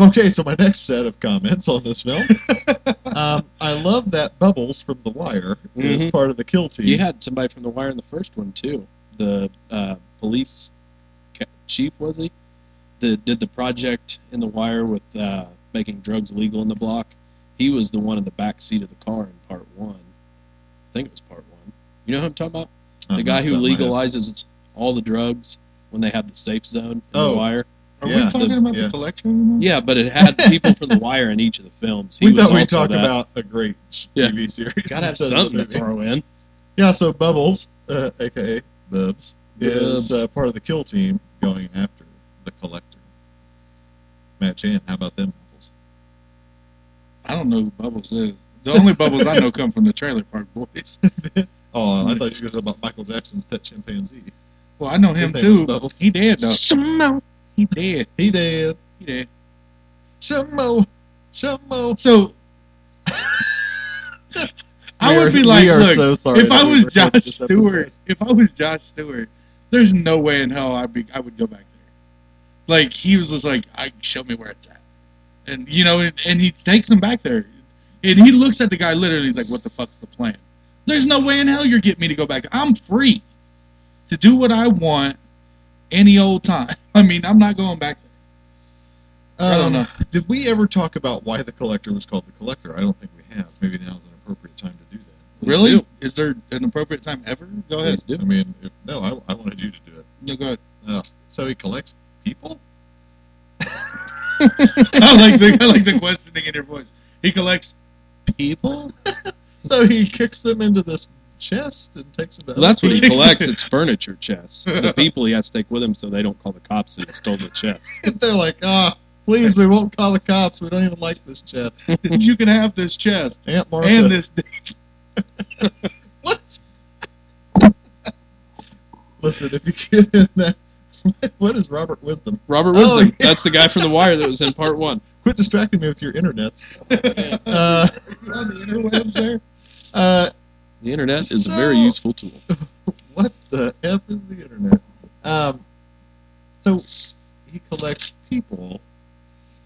Speaker 5: okay, so my next set of comments on this film. um, I love that Bubbles from The Wire is
Speaker 8: Mhm.
Speaker 5: part of the kill team.
Speaker 8: You had somebody from The Wire in the first one too. The uh, police ca- chief was he? That did the project in The Wire with uh, making drugs legal in the block. He was the one in the back seat of the car in part one. I think it was part one. You know who I'm talking
Speaker 5: I
Speaker 8: about? the
Speaker 5: don't
Speaker 8: guy
Speaker 5: know
Speaker 8: who
Speaker 5: if Um, that might have-
Speaker 8: legalizes all the drugs when they have the safe zone in
Speaker 5: Oh.
Speaker 8: The Wire.
Speaker 7: Are
Speaker 5: Yeah.
Speaker 7: we talking about
Speaker 5: Yeah.
Speaker 7: the collector? anymore?
Speaker 8: Yeah, but it had people from The Wire in each of the films. He
Speaker 5: We
Speaker 8: was
Speaker 5: thought we
Speaker 8: also
Speaker 5: talked
Speaker 8: that.
Speaker 5: about a great
Speaker 8: Yeah.
Speaker 5: TV series.
Speaker 8: Gotta have
Speaker 5: instead of a
Speaker 8: something to
Speaker 5: movie.
Speaker 8: throw in.
Speaker 5: Yeah, so Bubbles, uh, aka Bubs,
Speaker 8: Bubs.
Speaker 5: is uh, part of the kill team going after the Collector. Matt Chan, how about them apples?
Speaker 7: I don't know who Bubbles is. The only Bubbles I know come from the Trailer Park Boys.
Speaker 5: Oh,
Speaker 8: Hmm.
Speaker 5: I thought you were going to talk about Michael Jackson's pet chimpanzee.
Speaker 7: Well, I know
Speaker 5: His
Speaker 7: him
Speaker 5: name was
Speaker 7: too.
Speaker 5: Bubbles.
Speaker 7: He dead though. He dead.
Speaker 5: He did.
Speaker 7: He dead.
Speaker 5: Shummo. Shummo.
Speaker 7: So I
Speaker 5: We
Speaker 7: would
Speaker 5: are-
Speaker 7: be like,
Speaker 5: we are
Speaker 7: look,
Speaker 5: so sorry
Speaker 7: if I
Speaker 5: that
Speaker 7: was
Speaker 5: we
Speaker 7: Josh
Speaker 5: recorded this episode.
Speaker 7: Stewart, if I was Josh Stewart, there's no way in hell I'd be, I would go back there. Like he was just like, I show me where it's at, and you know, and, and he takes him back there, and he looks at the guy literally. He's like, what the fuck's the plan? There's no way in hell you're getting me to go back. I'm free to do what I want any old time. I mean, I'm not going back. there. I don't know.
Speaker 5: Um, Did we ever talk about why the Collector was called the Collector? I don't think we have. Maybe now is an appropriate time to do that.
Speaker 8: Please
Speaker 7: Really?
Speaker 8: do.
Speaker 7: Is there an appropriate time ever? Go ahead.
Speaker 8: Please do.
Speaker 5: I mean, if, no, I, I wanted you to do it. Uh,
Speaker 7: No, go ahead.
Speaker 5: So he collects people?
Speaker 7: I like the I like the questioning in your voice. He collects people.
Speaker 5: So he kicks them into this chest and takes them to
Speaker 8: Well, that's what he
Speaker 5: other
Speaker 8: collects. It's furniture chests. The people he has to take with him so they don't call the cops that he stole the chest.
Speaker 5: And they're like, ah, please, we won't call the cops. We don't even like this chest.
Speaker 7: you can have this chest
Speaker 5: Aunt Martha.
Speaker 7: and this.
Speaker 5: what? Listen, if you get in that, what is Robert Wisdom?
Speaker 8: Robert
Speaker 5: Oh,
Speaker 8: Wisdom.
Speaker 5: yeah.
Speaker 8: That's the guy from The Wire that was in part one.
Speaker 5: Quit distracting me with your internets. Uh,
Speaker 7: on the interwebs there.
Speaker 5: uh,
Speaker 8: The internet is a very
Speaker 5: So-
Speaker 8: useful tool.
Speaker 5: what the f is the internet? Um, so he collects people.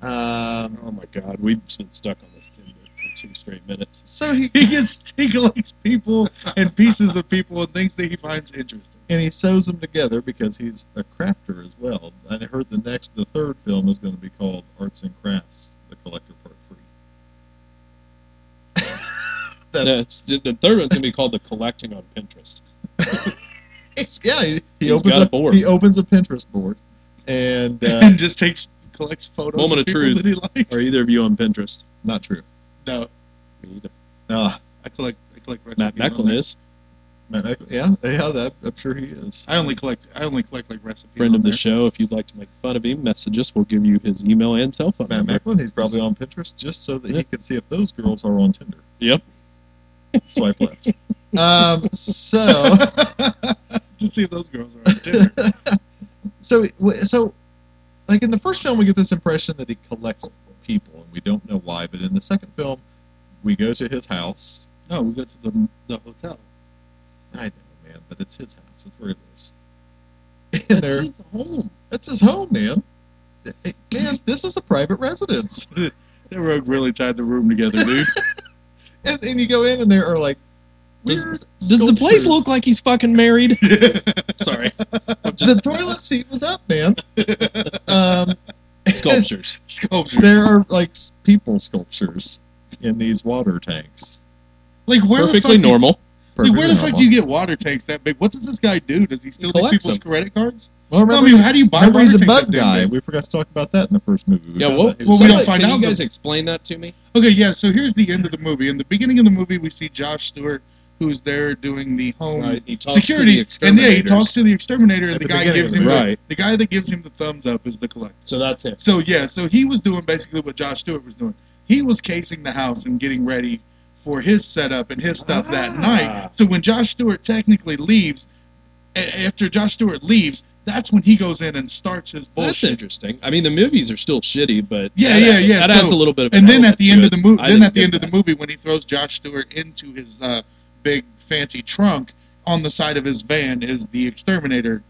Speaker 5: Um,
Speaker 8: Oh my God, we've been stuck on this Tinder for two straight minutes.
Speaker 5: so he
Speaker 7: He gets he collects people and pieces of people and things that he finds interesting.
Speaker 5: and he sews them together because he's a crafter as well. I heard the next, the third film is going to be called Arts and Crafts: The Collector Part Three. That's
Speaker 8: That's, the the third one's gonna be called the collecting on Pinterest.
Speaker 5: it's, yeah. He, he
Speaker 8: He's
Speaker 5: opens
Speaker 8: got a
Speaker 5: up,
Speaker 8: board.
Speaker 5: He opens a Pinterest board, and uh,
Speaker 7: and just takes collects photos.
Speaker 8: Moment of
Speaker 7: of people
Speaker 8: truth.
Speaker 7: That he likes.
Speaker 8: Are either of you on Pinterest?
Speaker 5: not true.
Speaker 7: No,
Speaker 8: Me either.
Speaker 5: Ah,
Speaker 7: I collect I collect recipes.
Speaker 8: Matt
Speaker 7: on
Speaker 8: Necklin
Speaker 7: there.
Speaker 8: is
Speaker 5: Matt Eck- yeah, yeah. That, I'm sure he is.
Speaker 7: I only collect I only collect like recipes.
Speaker 8: friend
Speaker 7: on
Speaker 8: of the
Speaker 7: there.
Speaker 8: show. If you'd like to make fun of him, message us. We'll give you his email and cell phone
Speaker 5: Matt
Speaker 8: number.
Speaker 5: Macklin, he's probably on Pinterest just so that
Speaker 8: Yeah.
Speaker 5: he can see if those girls are on Tinder.
Speaker 8: Yep.
Speaker 5: Swipe left. um, so.
Speaker 7: to see if those girls are on Tinder.
Speaker 5: so so like in the first film we get this impression that he collects people, and we don't know why. But in the second film, we go to his house.
Speaker 7: No, we go to the, the hotel.
Speaker 5: I know, man, but it's his house. That's where he lives.
Speaker 8: That's
Speaker 5: And there,
Speaker 8: his home.
Speaker 5: that's his home, man. Eh, Man, this is a private residence.
Speaker 7: They were really tied the room together, dude.
Speaker 5: And, and you go in, and there are like weird.
Speaker 3: Does the place
Speaker 5: sculptures.
Speaker 3: look like he's fucking married?
Speaker 8: Sorry. I'm just
Speaker 5: the toilet seat was up, man. Um,
Speaker 8: sculptures.
Speaker 7: Sculpture.
Speaker 5: there are like s- people sculptures in these water tanks.
Speaker 7: Like where the fuck
Speaker 3: Perfectly
Speaker 7: do-
Speaker 3: normal.
Speaker 7: like, where the
Speaker 5: Perfectly
Speaker 7: fuck do you get water tanks that big? What does this guy do? Does he steal these
Speaker 3: Collects
Speaker 7: people's credit cards?
Speaker 5: Well,
Speaker 7: No,
Speaker 5: remember,
Speaker 7: I mean, how do you buy
Speaker 5: remember
Speaker 7: water
Speaker 5: he's a
Speaker 7: tanks
Speaker 5: bug
Speaker 7: that big,
Speaker 5: guy.
Speaker 7: dude?
Speaker 5: We forgot to talk about that in the first movie. We
Speaker 3: Yeah,
Speaker 5: found
Speaker 3: well,
Speaker 5: out he
Speaker 7: well,
Speaker 5: was
Speaker 7: we
Speaker 5: a
Speaker 7: don't
Speaker 5: bug.
Speaker 7: find
Speaker 8: Can
Speaker 7: out
Speaker 8: you guys
Speaker 7: the-
Speaker 8: explain that to me?
Speaker 7: Okay, yeah. So here's the end of the movie. In the beginning of the movie, we see Josh Stewart, who's there doing the home
Speaker 8: Right, he talks to
Speaker 7: security,
Speaker 8: the
Speaker 7: and yeah, he
Speaker 8: exterminators.
Speaker 7: talks to the exterminator, and
Speaker 5: At
Speaker 7: the,
Speaker 5: the
Speaker 7: guy
Speaker 5: beginning
Speaker 7: gives
Speaker 5: of the
Speaker 7: him
Speaker 5: movie. Right.
Speaker 7: the, the guy that gives him the thumbs up is the collector.
Speaker 8: So that's him.
Speaker 7: So yeah, so he was doing basically what Josh Stewart was doing. He was casing the house and getting ready for his setup and his stuff that
Speaker 8: Ah.
Speaker 7: night. So when Josh Stewart technically leaves, a- after Josh Stewart leaves, that's when he goes in and starts his
Speaker 8: That's
Speaker 7: bullshit.
Speaker 8: interesting. I mean, the movies are still shitty, but
Speaker 7: Yeah,
Speaker 8: that
Speaker 7: yeah,
Speaker 8: adds-
Speaker 7: yeah,
Speaker 8: That adds
Speaker 7: so-
Speaker 8: a little bit of. an
Speaker 7: And then
Speaker 8: element
Speaker 7: at the
Speaker 8: to
Speaker 7: end
Speaker 8: it.
Speaker 7: of the movie,
Speaker 8: I
Speaker 7: then
Speaker 8: didn't
Speaker 7: at the
Speaker 8: get
Speaker 7: end of the
Speaker 8: that.
Speaker 7: movie, when he throws Josh Stewart into his uh, big fancy trunk on the side of his van is the exterminator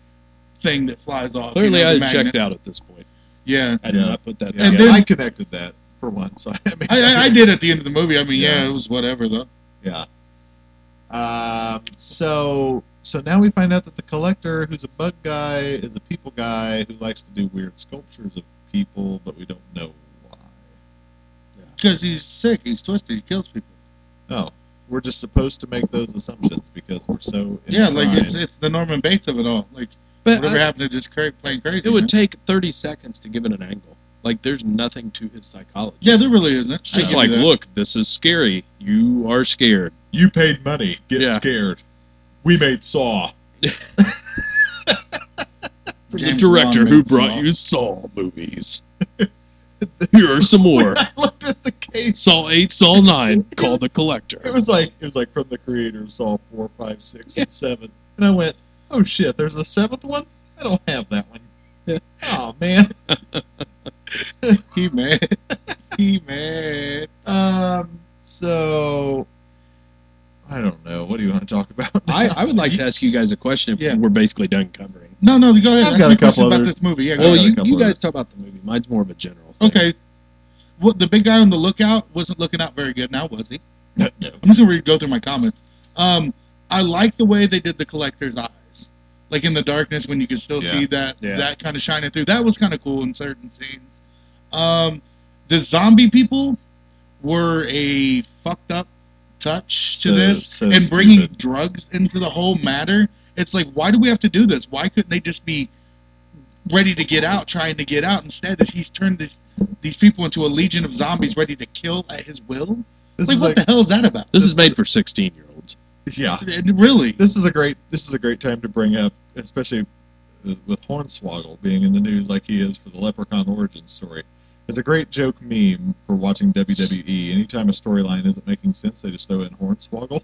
Speaker 7: thing that flies off. you
Speaker 8: clearly
Speaker 7: know, the
Speaker 8: I
Speaker 7: magnet.
Speaker 8: checked out at this point.
Speaker 7: Yeah.
Speaker 8: I did
Speaker 5: Yeah.
Speaker 8: not put that.
Speaker 5: Yeah,
Speaker 7: And
Speaker 8: together.
Speaker 7: then-
Speaker 5: I connected that for once. I mean,
Speaker 7: I, I, I did at the end of the movie. I mean,
Speaker 5: Yeah.
Speaker 7: yeah it was whatever though.
Speaker 5: Yeah. Um, so so now we find out that the collector, who's a bug guy, is a people guy who likes to do weird sculptures of people, but we don't know why.
Speaker 7: Because he's sick, he's twisted, he kills people.
Speaker 5: Oh, we're just supposed to make those assumptions because we're so
Speaker 7: Yeah, like
Speaker 5: enshrined.
Speaker 7: it's it's the Norman Bates of it all. Like
Speaker 8: but
Speaker 7: whatever
Speaker 8: I-
Speaker 7: happened to just cra- playing crazy.
Speaker 8: it would
Speaker 7: man?
Speaker 8: take 30 seconds to give it an angle. Like, there's nothing to his psychology.
Speaker 7: yeah, there really isn't.
Speaker 8: It's just like, look, this is scary. You are scared.
Speaker 5: you paid money, get
Speaker 8: Yeah.
Speaker 5: scared. We made Saw.
Speaker 8: the director who brought you Saw movies. Here are some more.
Speaker 5: I looked at the case.
Speaker 8: Saw 8, Saw 9, Call the
Speaker 5: It
Speaker 8: Collector.
Speaker 5: was like it was like from the creator of Saw four, five, six, and seven. And I went, oh shit, there's a seventh one. I don't have that one. oh man.
Speaker 7: He mad. he mad.
Speaker 5: Um. So I don't know. What do you want to talk about?
Speaker 8: I, I would like to ask you guys a question if
Speaker 7: Yeah.
Speaker 8: we're basically done covering.
Speaker 7: No, no, go ahead.
Speaker 5: I've
Speaker 7: I
Speaker 5: got
Speaker 7: have
Speaker 5: a couple
Speaker 7: question about
Speaker 5: other-
Speaker 7: this movie. Yeah, go
Speaker 8: Well,
Speaker 7: ahead.
Speaker 8: you,
Speaker 5: couple
Speaker 8: you
Speaker 5: of
Speaker 8: guys talk about the movie. Mine's more of a general thing.
Speaker 7: okay. Well, the big guy on the lookout wasn't looking out very good. Now was he?
Speaker 5: No, no.
Speaker 7: I'm just gonna read, go through my comments. Um, I like the way they did the collector's eyes, like in the darkness when you could still
Speaker 5: Yeah.
Speaker 7: see that
Speaker 8: Yeah.
Speaker 7: that kind of shining through. That was kind of cool in certain scenes. Um, the zombie people were a fucked up touch to
Speaker 5: So-
Speaker 7: this,
Speaker 5: so
Speaker 7: and bringing
Speaker 5: stupid.
Speaker 7: drugs into the whole matter. It's like, why do we have to do this? Why couldn't they just be ready to get out, trying to get out? Instead, is he's turned this these people into a legion of zombies ready to kill at his will.
Speaker 5: This
Speaker 7: Like,
Speaker 5: is
Speaker 7: what
Speaker 5: like,
Speaker 7: the hell is that about?
Speaker 8: This is made for 16 year olds.
Speaker 5: yeah.
Speaker 7: And Really?
Speaker 5: This is a great. This is a great time to bring up, especially with Hornswoggle being in the news like he is for the Leprechaun origin story. It's a great joke meme for watching WWE. Anytime a storyline isn't making sense, they just throw in Hornswoggle.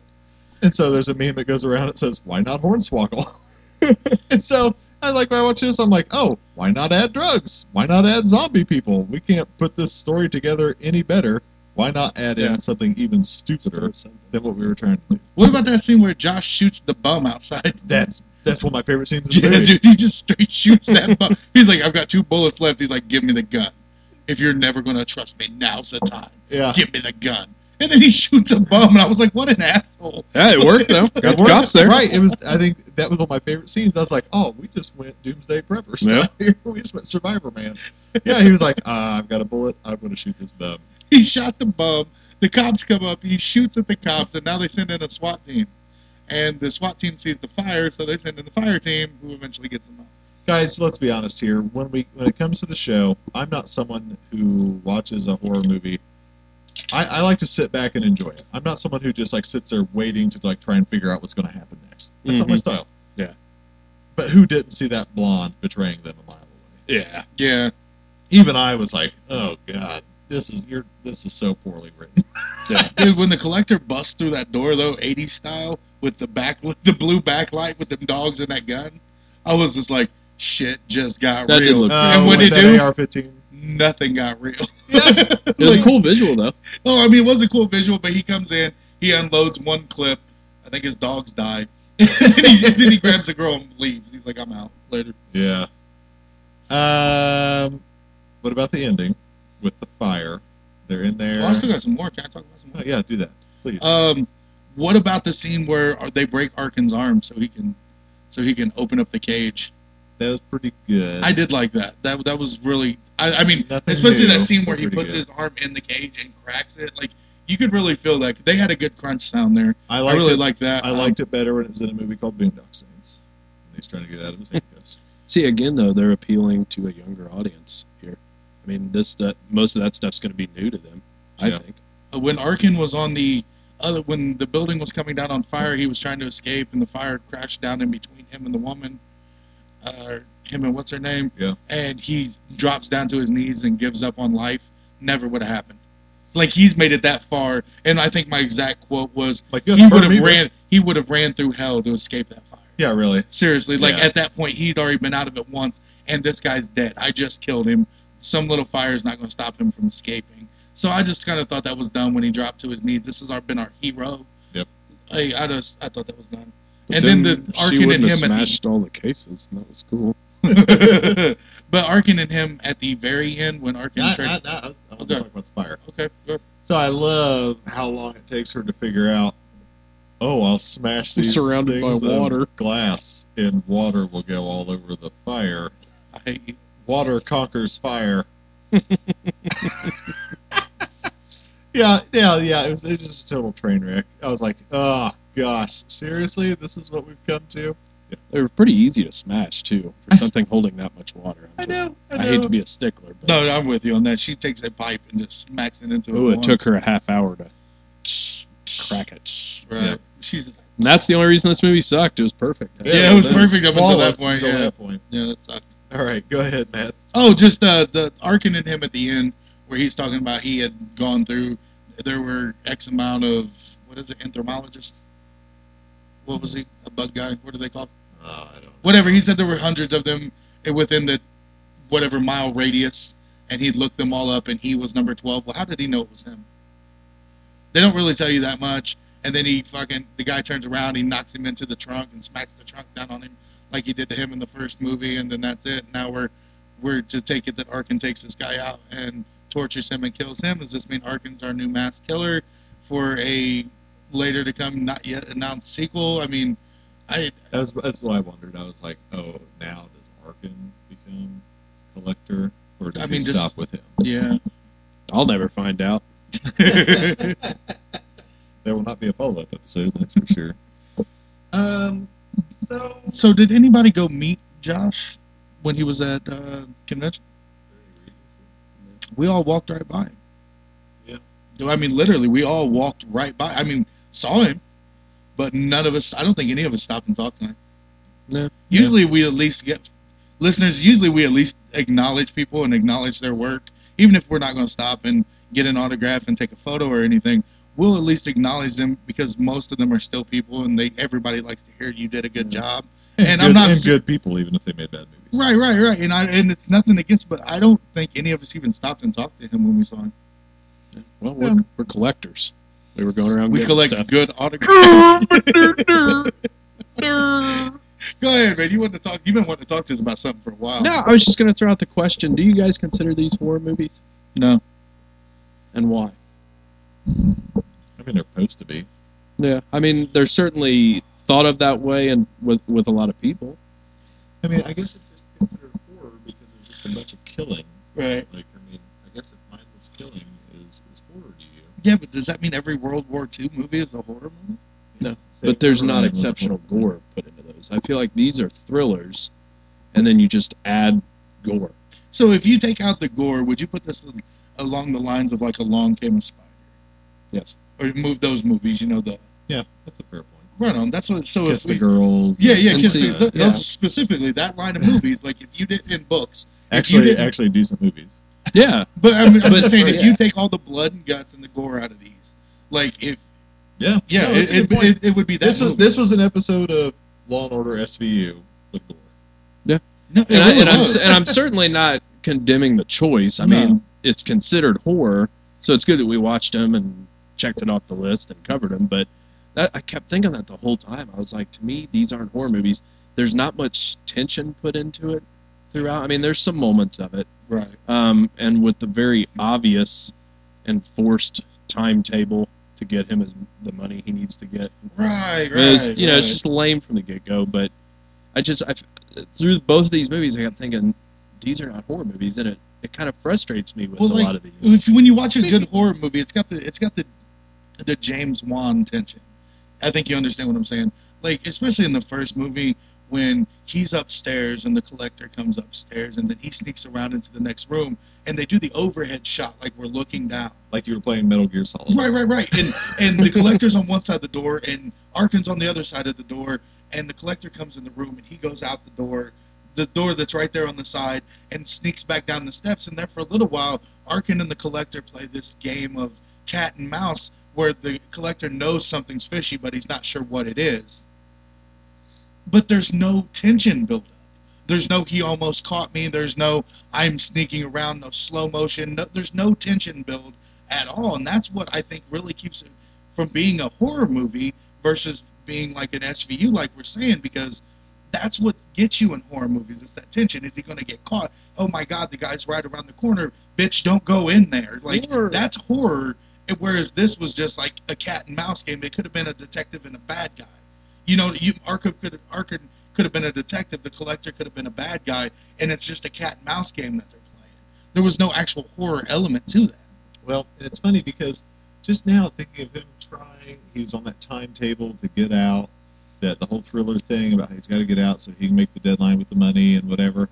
Speaker 5: And so there's a meme that goes around that says, "Why not Hornswoggle?" and so I like when I watch this, I'm like, "Oh, why not add drugs? Why not add zombie people? We can't put this story together any better. Why not add
Speaker 7: Yeah.
Speaker 5: in something even stupider than what we were trying to do?"
Speaker 7: What about that scene where Josh shoots the bum outside?
Speaker 5: That's that's one of my favorite scenes in the
Speaker 7: Yeah,
Speaker 5: movie.
Speaker 7: dude, he just straight shoots that bum. He's like, I've got two bullets left. He's like, give me the gun. If you're never going to trust me, now's the time.
Speaker 5: Yeah.
Speaker 7: Give me the gun. And then he shoots a bum, and I was like, what an asshole.
Speaker 8: Yeah, it worked, though. Got the
Speaker 5: We're-
Speaker 8: cops there.
Speaker 5: Right. It was. I think that was one of my favorite scenes. I was like, oh, we just went Doomsday Preppers.
Speaker 8: Yeah.
Speaker 5: we just went Survivor Man. Yeah. He was like, uh, I've got a bullet. I'm going to shoot this bum.
Speaker 7: He shot the bum. The cops come up. He shoots at the cops, and now they send in a SWAT team. And the SWAT team sees the fire, so they send in the fire team, who eventually gets them out.
Speaker 5: Guys, let's be honest here. When we when it comes to the show, I'm not someone who watches a horror movie. I, I like to sit back and enjoy it. I'm not someone who just like sits there waiting to like try and figure out what's going to happen next. That's not my
Speaker 8: Mhm.
Speaker 5: style.
Speaker 8: Yeah.
Speaker 5: But who didn't see that blonde betraying them a mile away?
Speaker 8: Yeah.
Speaker 7: Yeah.
Speaker 5: even I was like, "Oh God, this is you're this is so poorly written."
Speaker 7: Dude, when the collector busts through that door though, 80s style, with the back with the blue backlight with them dogs and that gun, I was just like, shit just got
Speaker 8: That did
Speaker 7: real.
Speaker 8: look
Speaker 7: and
Speaker 5: Oh,
Speaker 7: what did
Speaker 5: that
Speaker 7: it do?
Speaker 5: AR-15.
Speaker 7: Nothing got real.
Speaker 8: It was a cool visual though.
Speaker 7: Oh, I mean, it was a cool visual, but he comes in, he unloads one clip. I think his dogs die. and, he, and then he grabs the girl and leaves. He's like, I'm out. Later.
Speaker 5: Yeah. Um, what about the ending with the fire? They're in there.
Speaker 7: Well, Oh, I still got some more. Can I talk about some more?
Speaker 5: Oh, yeah, do that, please.
Speaker 7: Um, what about the scene where uh, they break Arkin's arm so he can, so he can open up the cage?
Speaker 5: that was pretty good.
Speaker 7: I did like that. That that was really. I, I mean,
Speaker 5: Nothing
Speaker 7: especially
Speaker 5: new,
Speaker 7: that scene where he
Speaker 5: pretty
Speaker 7: puts
Speaker 5: good.
Speaker 7: his arm in the cage and cracks it. Like you could really feel that. They had a good crunch sound there.
Speaker 5: I
Speaker 7: I
Speaker 5: liked
Speaker 7: really
Speaker 5: it.
Speaker 7: like that.
Speaker 5: I liked it better when it was in a movie called Boondock Saints. And he's trying to get out of his handcuffs.
Speaker 8: See, again though, they're appealing to a younger audience here. I mean, this that most of that stuff's going to be new to them. I
Speaker 5: Yeah.
Speaker 8: think.
Speaker 7: Uh, when Arkin was on the other when the building was coming down on fire, he was trying to escape, and the fire crashed down in between him and the woman, uh, him and what's her name.
Speaker 5: Yeah.
Speaker 7: And he drops down to his knees and gives up on life. Never would have happened. Like he's made it that far, and I think my exact quote was,
Speaker 5: Like,
Speaker 7: "He
Speaker 5: yes,
Speaker 7: would
Speaker 5: murder me,
Speaker 7: have
Speaker 5: but-
Speaker 7: ran. He would have ran through hell to escape that fire."
Speaker 5: Yeah, really.
Speaker 7: Seriously, like
Speaker 5: Yeah.
Speaker 7: at that point, he'd already been out of it once, and this guy's dead. I just killed him. Some little fire is not going to stop him from escaping. So I just kind of thought that was done when he dropped to his knees. This has our, been our hero.
Speaker 5: Yep.
Speaker 7: I, I just I thought that was done. And then the Arkin
Speaker 8: she
Speaker 7: and
Speaker 8: wouldn't have
Speaker 7: him at the-
Speaker 8: smashed all the cases, and that was cool.
Speaker 7: but Arkin and him at the very end when Arkin
Speaker 5: Not,
Speaker 7: tried-
Speaker 5: not, not, I want
Speaker 7: Okay.
Speaker 5: to talk about the fire.
Speaker 7: okay good.
Speaker 5: So I love how long it takes her to figure out. Oh, I'll smash
Speaker 8: I'm
Speaker 5: these
Speaker 8: surrounded by
Speaker 5: things of
Speaker 8: water."
Speaker 5: glass, and water will go all over the fire.
Speaker 7: I hate you.
Speaker 5: Water conquers fire. yeah, yeah, yeah. It was, it was just a total train wreck. I was like, oh gosh, seriously, this is what we've come to.
Speaker 8: They were pretty easy to smash too for something holding that much water. I'm just- I, hate to be a stickler, but
Speaker 7: No, I'm with you on that. She takes a pipe and just smacks it into.
Speaker 8: Ooh, it
Speaker 7: once.
Speaker 8: took her a half hour to crack it.
Speaker 7: Right.
Speaker 5: Yeah.
Speaker 7: She's just like,
Speaker 8: And that's the only reason this movie sucked. It was perfect.
Speaker 7: Yeah, it was
Speaker 5: that's
Speaker 7: perfect up until that
Speaker 5: flawless
Speaker 7: point,
Speaker 5: until
Speaker 7: yeah.
Speaker 5: that point.
Speaker 7: yeah, that sucks.
Speaker 5: All right, go ahead, Matt.
Speaker 7: Oh, just uh, the Arkin and him at the end, where he's talking about he had gone through. There were X amount of what is it, entomologist? What was he? A bug guy? What are they called?
Speaker 5: Oh, I don't. Know.
Speaker 7: Whatever. He said there were hundreds of them within the whatever mile radius, and he looked them all up, and he was number twelve. Well, how did he know it was him? They don't really tell you that much. And then he fucking the guy turns around, he knocks him into the trunk and smacks the trunk down on him like he did to him in the first movie, and then that's it. Now we're we're to take it that Arkin takes this guy out and tortures him and kills him. Does this mean Arkin's our new mass killer for a later to come, not yet announced sequel? I mean, I
Speaker 5: That's that's what I wondered. I was like, oh, now does Arkin become collector, or does
Speaker 7: I mean,
Speaker 5: he
Speaker 7: just-
Speaker 5: stop with him?
Speaker 7: yeah.
Speaker 8: I'll never find out.
Speaker 5: There will not be a follow-up episode, that's for sure. Um, so
Speaker 7: So did anybody go meet Josh when he was at uh, convention? We all walked right by him.
Speaker 5: Yeah.
Speaker 7: Do I mean literally? We all walked right by. I mean, saw him, but none of us. I don't think any of us stopped and talked to him.
Speaker 8: No.
Speaker 7: Usually we at least get listeners. Usually we at least acknowledge people and acknowledge their work, even if we're not going to stop and get an autograph and take a photo or anything. We'll at least acknowledge them because most of them are still people, and they everybody likes to hear you did a good
Speaker 8: Yeah.
Speaker 7: job.
Speaker 5: and,
Speaker 7: And
Speaker 5: good,
Speaker 7: I'm not
Speaker 5: and
Speaker 7: s-
Speaker 5: good people, even if they made bad movies.
Speaker 7: Right, right, right. And I and it's nothing against, but I don't think any of us even stopped and talked to him when we saw him.
Speaker 8: Well, we're, we're collectors. We were going around.
Speaker 7: We
Speaker 8: getting
Speaker 7: collect
Speaker 8: stuff.
Speaker 7: good autographs. Go ahead, man. You wanted to talk. You've been wanting to talk to us about something for a while.
Speaker 8: No, I was just going to throw out the question: Do you guys consider these horror movies,
Speaker 7: no.
Speaker 8: and why?
Speaker 5: I mean, they're supposed to be.
Speaker 8: Yeah, I mean, they're certainly thought of that way, and with with a lot of people.
Speaker 5: I mean, I guess it's just considered horror because there's just a bunch of killing.
Speaker 7: Right.
Speaker 5: Like, I mean, I guess if mindless killing is is horror to you,
Speaker 7: Yeah, but does that mean every World War II movie is a horror movie?
Speaker 8: No,
Speaker 5: Say
Speaker 8: but there's
Speaker 5: Coraline
Speaker 8: not
Speaker 5: was a horror
Speaker 8: exceptional
Speaker 5: movie.
Speaker 8: gore put into those. I feel like these are thrillers, and then you just add gore.
Speaker 7: So if you take out the gore, would you put this in- along the lines of like a Long Came a Spider,
Speaker 8: Yes.
Speaker 7: or move those movies? You know the
Speaker 5: Yeah, that's a fair point.
Speaker 7: right on. That's what. So
Speaker 5: Kiss
Speaker 7: if
Speaker 5: the
Speaker 7: we,
Speaker 5: girls.
Speaker 7: yeah, yeah,
Speaker 8: and
Speaker 7: kiss
Speaker 8: see-
Speaker 7: the, th-
Speaker 8: yeah.
Speaker 7: those- specifically that line of movies. Like if you did in books,
Speaker 5: Actually,
Speaker 7: didn't-
Speaker 5: actually, decent movies.
Speaker 8: Yeah,
Speaker 7: But I mean, I'm
Speaker 8: But-
Speaker 7: just saying, if
Speaker 8: yeah.
Speaker 7: you take all the blood and guts and the gore out of these, like if
Speaker 5: Yeah,
Speaker 7: yeah,
Speaker 5: No,
Speaker 7: it,
Speaker 5: that's a good
Speaker 7: it,
Speaker 5: point.
Speaker 7: it, it would be that.
Speaker 5: this was
Speaker 7: movie.
Speaker 5: this was an episode of Law and Order SVU with gore.
Speaker 7: no, it
Speaker 8: and, I,
Speaker 7: really
Speaker 8: and, I'm,
Speaker 7: was.
Speaker 8: and I'm certainly not condemning the choice. I
Speaker 7: No.
Speaker 8: mean, it's considered horror, so it's good that we watched them and checked it off the list and covered them. But that I kept thinking that the whole time. I was like, to me, these aren't horror movies. There's not much tension put into it throughout. I mean, there's some moments of it,
Speaker 7: Right.
Speaker 8: um, and with the very obvious and forced timetable to get him his, the money he needs to get.
Speaker 7: Right,
Speaker 8: It was-
Speaker 7: right,
Speaker 8: you know, it's
Speaker 7: right.
Speaker 8: just lame from the get go. But I just, I, through both of these movies, I got thinking these are not horror movies, and it, it kind of frustrates me with
Speaker 7: Well,
Speaker 8: a
Speaker 7: like,
Speaker 8: lot of these.
Speaker 7: Which, when you watch a good horror movie, it's got the it's got the the James Wan tension. I think you understand what I'm saying. Like especially in the first movie when he's upstairs and the collector comes upstairs and then he sneaks around into the next room and they do the overhead shot like we're looking down.
Speaker 5: Like you were playing Metal Gear Solid.
Speaker 7: Right, right, right. And and the collector's on one side of the door, and Arkin's on the other side of the door, and the collector comes in the room, and he goes out the door, the door that's right there on the side, and sneaks back down the steps. And there for a little while, Arkin and the collector play this game of cat and mouse, where the collector knows something's fishy, but he's not sure what it is. But there's no tension built up. There's no he almost caught me. There's no I'm sneaking around. No slow motion. No, there's no tension build at all. And that's what I think really keeps it from being a horror movie versus being like an SVU, like we're saying, because that's what gets you in horror movies. It's that tension. Is he going to get caught? Oh my God, the guy's right around the corner. Bitch, don't go in there. Like,
Speaker 8: Or-
Speaker 7: that's horror. and Whereas this was just like a cat and mouse game. It could have been a detective and a bad guy. You know, you Arkham could have, Arkham could have been a detective. The collector could have been a bad guy, and it's just a cat and mouse game that they're playing. There was no actual horror element to that.
Speaker 5: Well, and it's funny because just now thinking of him trying, he was on that timetable to get out, that the whole thriller thing about he's got to get out so he can make the deadline with the money and whatever.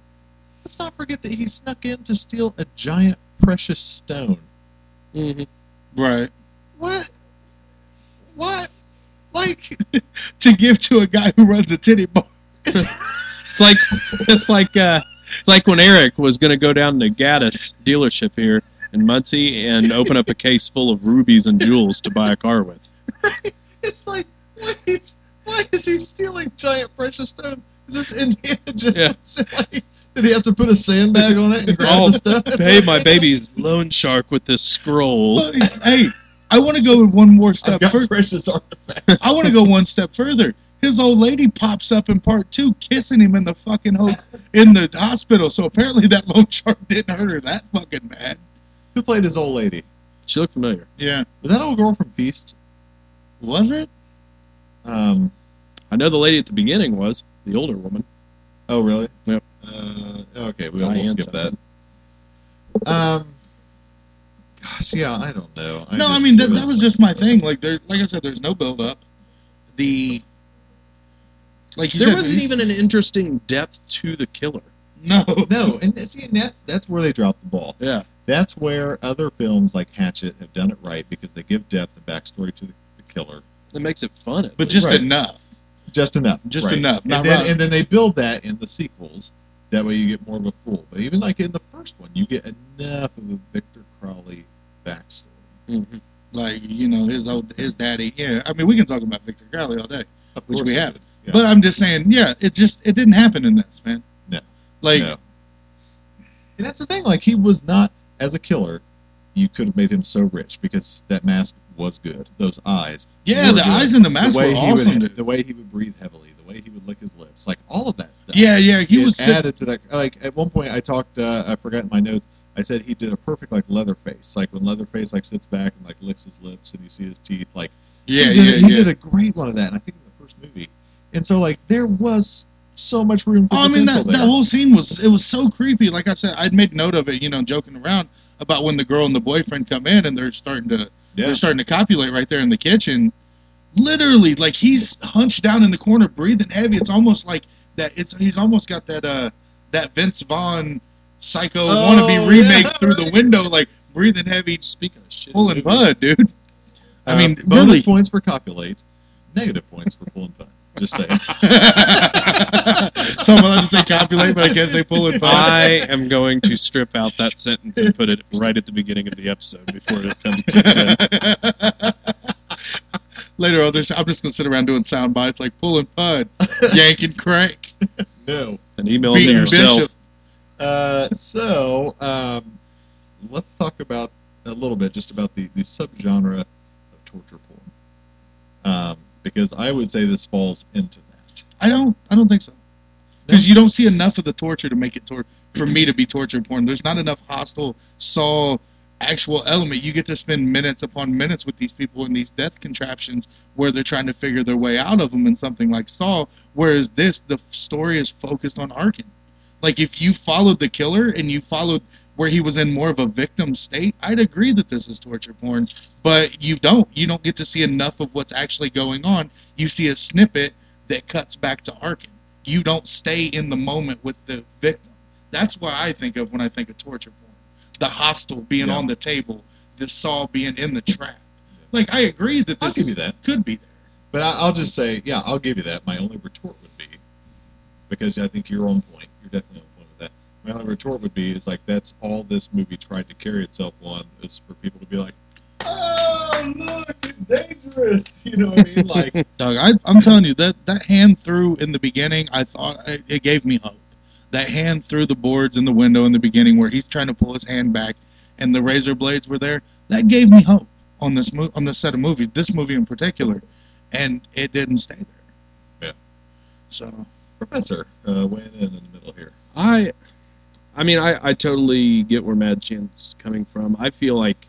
Speaker 5: Let's not forget that he snuck in to steal a giant precious stone.
Speaker 7: Right.
Speaker 5: What? What? Like,
Speaker 7: to give to a guy who runs a titty bar.
Speaker 8: It's like it's like uh, it's like when Eric was going to go down to Gaddis dealership here in Muncie and open up a case full of rubies and jewels to buy a car with.
Speaker 5: it's like, wait, why is he stealing giant precious stones? uh, Is this Indiana Jones? Like, did he have to put a sandbag on it and grab
Speaker 8: Oh,
Speaker 5: the stuff?
Speaker 8: Hey, my baby's loan shark with this scroll.
Speaker 7: hey, I want to go one more
Speaker 5: I've
Speaker 7: step
Speaker 5: got
Speaker 7: further.
Speaker 5: precious artifacts.
Speaker 7: I want to go one step further. His old lady pops up in part two, kissing him in the fucking ho- in the hospital. So apparently that loan shark didn't hurt her that fucking bad.
Speaker 5: Who played his old lady?
Speaker 8: She looked familiar.
Speaker 7: Yeah,
Speaker 5: Was that old girl from Feast?
Speaker 7: was it?
Speaker 5: Um,
Speaker 8: I know the lady at the beginning was the older woman.
Speaker 5: oh, really?
Speaker 8: Yep.
Speaker 5: Uh, okay, we almost
Speaker 8: Diane
Speaker 5: skipped that. Um, gosh, yeah, I don't know.
Speaker 7: no, I
Speaker 5: just-
Speaker 7: mean
Speaker 5: it
Speaker 7: that, that was just my thing. Like there, like I said, there's no build up. The like you
Speaker 8: There
Speaker 7: said,
Speaker 8: wasn't even an interesting depth to the killer.
Speaker 7: no.
Speaker 5: No, and see, and that's that's where they dropped the ball.
Speaker 8: Yeah.
Speaker 5: That's where other films like Hatchet have done it right because they give depth and backstory to the, the killer
Speaker 8: That makes it fun. at
Speaker 7: But
Speaker 8: least.
Speaker 7: just
Speaker 5: Right.
Speaker 7: enough.
Speaker 5: just enough.
Speaker 7: Just
Speaker 5: right.
Speaker 7: enough, not
Speaker 5: and, then,
Speaker 7: right.
Speaker 5: and then they build that in the sequels. That way you get more of a full. But even like in the first one, you get enough of a Victor Crowley backstory.
Speaker 8: Mhm.
Speaker 7: Like you know, his old his daddy. Yeah, I mean we can talk about Victor Crowley all day.
Speaker 5: Of
Speaker 7: Which
Speaker 5: course
Speaker 7: we
Speaker 5: it
Speaker 7: haven't.
Speaker 5: Yeah.
Speaker 7: But I'm just saying, yeah, it just it didn't happen in this, man.
Speaker 5: No.
Speaker 7: Like
Speaker 5: No. and that's the thing. Like he was not as a killer. You could have made him so rich because that mask was good. Those eyes,
Speaker 7: yeah,
Speaker 5: They
Speaker 7: the
Speaker 5: were good.
Speaker 7: eyes and the mask
Speaker 5: the
Speaker 7: were
Speaker 5: way he
Speaker 7: awesome,
Speaker 5: would,
Speaker 7: dude.
Speaker 5: the way he would breathe heavily, the way he would lick his lips, like all of that stuff.
Speaker 7: yeah, yeah, he
Speaker 5: It
Speaker 7: was sick.
Speaker 5: added to that. Like at one point, I talked. Uh, I forgot my notes. I said he did a perfect like Leatherface. Like when Leatherface like sits back and like licks his lips and you see his teeth. Like
Speaker 7: Yeah,
Speaker 5: he, did,
Speaker 7: yeah,
Speaker 5: he
Speaker 7: yeah.
Speaker 5: did a great one of that. And I think in the first movie. And so like there was so much room for
Speaker 7: Oh, I mean
Speaker 5: potential
Speaker 7: that, that
Speaker 5: there.
Speaker 7: whole scene was it was so creepy. Like I said, I'd made note of it, you know, joking around about when the girl and the boyfriend come in and they're starting to
Speaker 5: yeah.
Speaker 7: they're starting to copulate right there in the kitchen. Literally, like he's hunched down in the corner, breathing heavy. It's almost like that. It's he's almost got that uh that Vince Vaughn psycho
Speaker 5: Oh,
Speaker 7: wannabe remake
Speaker 5: yeah,
Speaker 7: through the window, like breathing heavy,
Speaker 8: Speaking of shit,
Speaker 7: pulling bud, dude. I
Speaker 5: Uh,
Speaker 7: mean,
Speaker 5: bonus
Speaker 7: really.
Speaker 5: points for copulate, negative points for pulling butt. Just saying.
Speaker 7: so I'm allowed to say copulate, but I can't say pull and pop.
Speaker 8: I am going to strip out that sentence and put it right at the beginning of the episode before it comes kicks in.
Speaker 7: Later on, this, I'm just gonna sit around doing sound bites like pull and pud, yank and crank,
Speaker 5: no.
Speaker 8: and email them to
Speaker 7: beating
Speaker 8: yourself.
Speaker 7: bishop.
Speaker 5: Uh, so Uh, um, let's talk about a little bit just about the, the subgenre of torture porn, um, because I would say this falls into that.
Speaker 7: I don't. I don't think so. Because you don't see enough of the torture to make it tor- for me to be torture porn. There's not enough hostile saw actual element. You get to spend minutes upon minutes with these people in these death contraptions where they're trying to figure their way out of them in something like Saw. Whereas this, the f- story is focused on Arkin. Like if you followed the killer and you followed where he was in more of a victim state, I'd agree that this is torture porn. But you don't. You don't get to see enough of what's actually going on. You see a snippet that cuts back to Arkin. You don't stay in the moment with the victim. That's what I think of when I think of torture porn. The hostile being
Speaker 5: Yeah.
Speaker 7: on the table, the saw being in the trap. Like I agree that
Speaker 5: I'll
Speaker 7: this
Speaker 5: give you that.
Speaker 7: could be there.
Speaker 5: But I, I'll just say, yeah, I'll give you that. My only retort would be, because I think you're on point. You're definitely on point with that. My only retort would be is like that's all this movie tried to carry itself on is for people to be like, oh look, it's dangerous. You know what I mean? Like,
Speaker 7: Doug, I, I'm telling you that that hand through in the beginning, I thought it, it gave me hope. That hand through the boards in the window in the beginning, where he's trying to pull his hand back, and the razor blades were there, that gave me hope on this mo- on this set of movies, this movie in particular, and it didn't stay there.
Speaker 5: Yeah.
Speaker 7: So
Speaker 5: Professor, uh, weighing in in the middle here.
Speaker 8: I, I mean, I, I totally get where Mad Chan's coming from. I feel like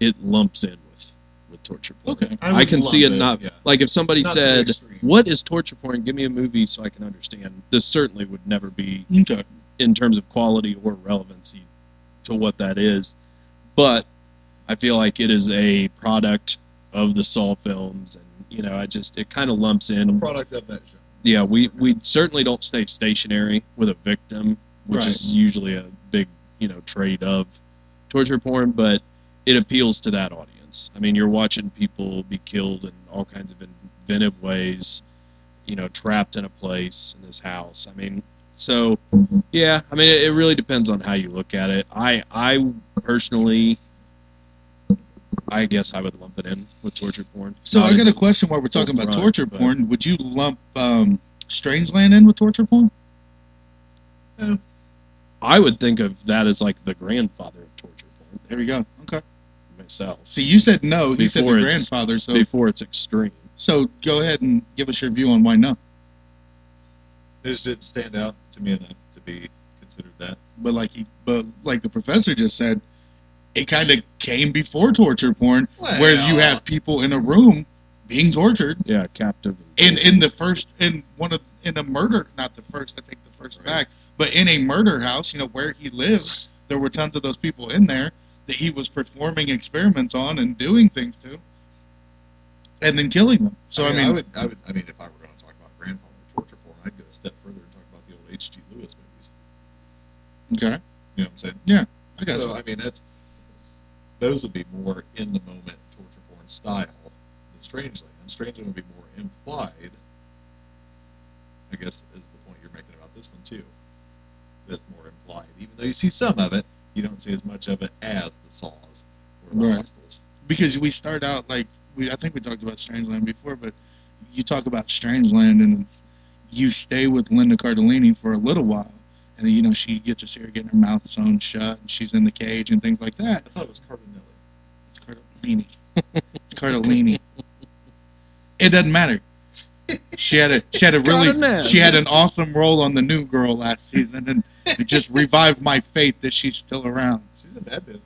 Speaker 8: it lumps in with, with torture porn. I,
Speaker 5: would
Speaker 8: can see it
Speaker 5: love
Speaker 8: not
Speaker 5: yeah.
Speaker 8: like if somebody
Speaker 5: Not to the
Speaker 8: said,
Speaker 5: extreme.
Speaker 8: "What is torture porn? Give me a movie so I can understand." This certainly would never be
Speaker 7: okay.
Speaker 8: in terms of quality or relevancy to what that is. But I feel like it is a product of the Saw films, and you know, I just it kind of lumps in
Speaker 5: product of that genre.
Speaker 8: yeah, we, we certainly don't stay stationary with a victim, which
Speaker 7: Right.
Speaker 8: is usually a big you know trade of torture porn, but it appeals to that audience. I mean, you're watching people be killed in all kinds of inventive ways, you know, trapped in a place in this house. I mean, so yeah, I mean, it, it really depends on how you look at it. I I personally, I guess I would lump it in with torture porn.
Speaker 7: So
Speaker 8: Not
Speaker 7: I
Speaker 8: as
Speaker 7: got
Speaker 8: a-
Speaker 7: a question while we're talking about
Speaker 8: Right,
Speaker 7: torture
Speaker 8: but-
Speaker 7: porn. Would you lump um, Strangeland in with torture porn?
Speaker 8: I would think of that as like the grandfather of torture porn
Speaker 7: There we go. Okay.
Speaker 8: myself.
Speaker 7: See, you said no. He said
Speaker 8: Before
Speaker 7: the
Speaker 8: it's-
Speaker 7: grandfather. So
Speaker 8: before it's extreme.
Speaker 7: so go ahead and give us your view on why no.
Speaker 5: It just didn't stand out to me enough to be considered that.
Speaker 7: but like he, but like the professor just said, it kind of came before torture porn, where you have people in a room being tortured
Speaker 8: Yeah, captive.
Speaker 7: in in the first in one of in a murder, not the first. I take the first back, but in a murder house, you know where he lives, there were tons of those people in there that he was performing experiments on and doing things to, and then killing them. So I mean,
Speaker 5: I would, I would, I mean, if I were going to talk about grandfather torture porn, I'd go a step further and talk about the old H.G. Lewis movies.
Speaker 7: okay,
Speaker 5: You know what I'm saying?
Speaker 7: I got
Speaker 5: so I mean, that's those would be more in the moment torture porn style than Strangely, and Strangely would be more implied. I guess is the point you're making about this one too. That's more implied, even though you see some of it, you don't see as much of it as the saws or the
Speaker 7: Right.
Speaker 5: hostiles.
Speaker 7: because we start out like we I think we talked about Strangeland before, but you talk about Strangeland and it's, you stay with Linda Cardellini for a little while, and then, you know she gets to see her getting her mouth sewn shut, and she's in the cage and things like that.
Speaker 5: I thought it was Cardinelli.
Speaker 7: It's Cardellini. It's Cardellini. It doesn't matter. She had a she had a really she had an awesome role on the New Girl last season, and it just revived my faith that she's still around.
Speaker 5: She's a Mad Men.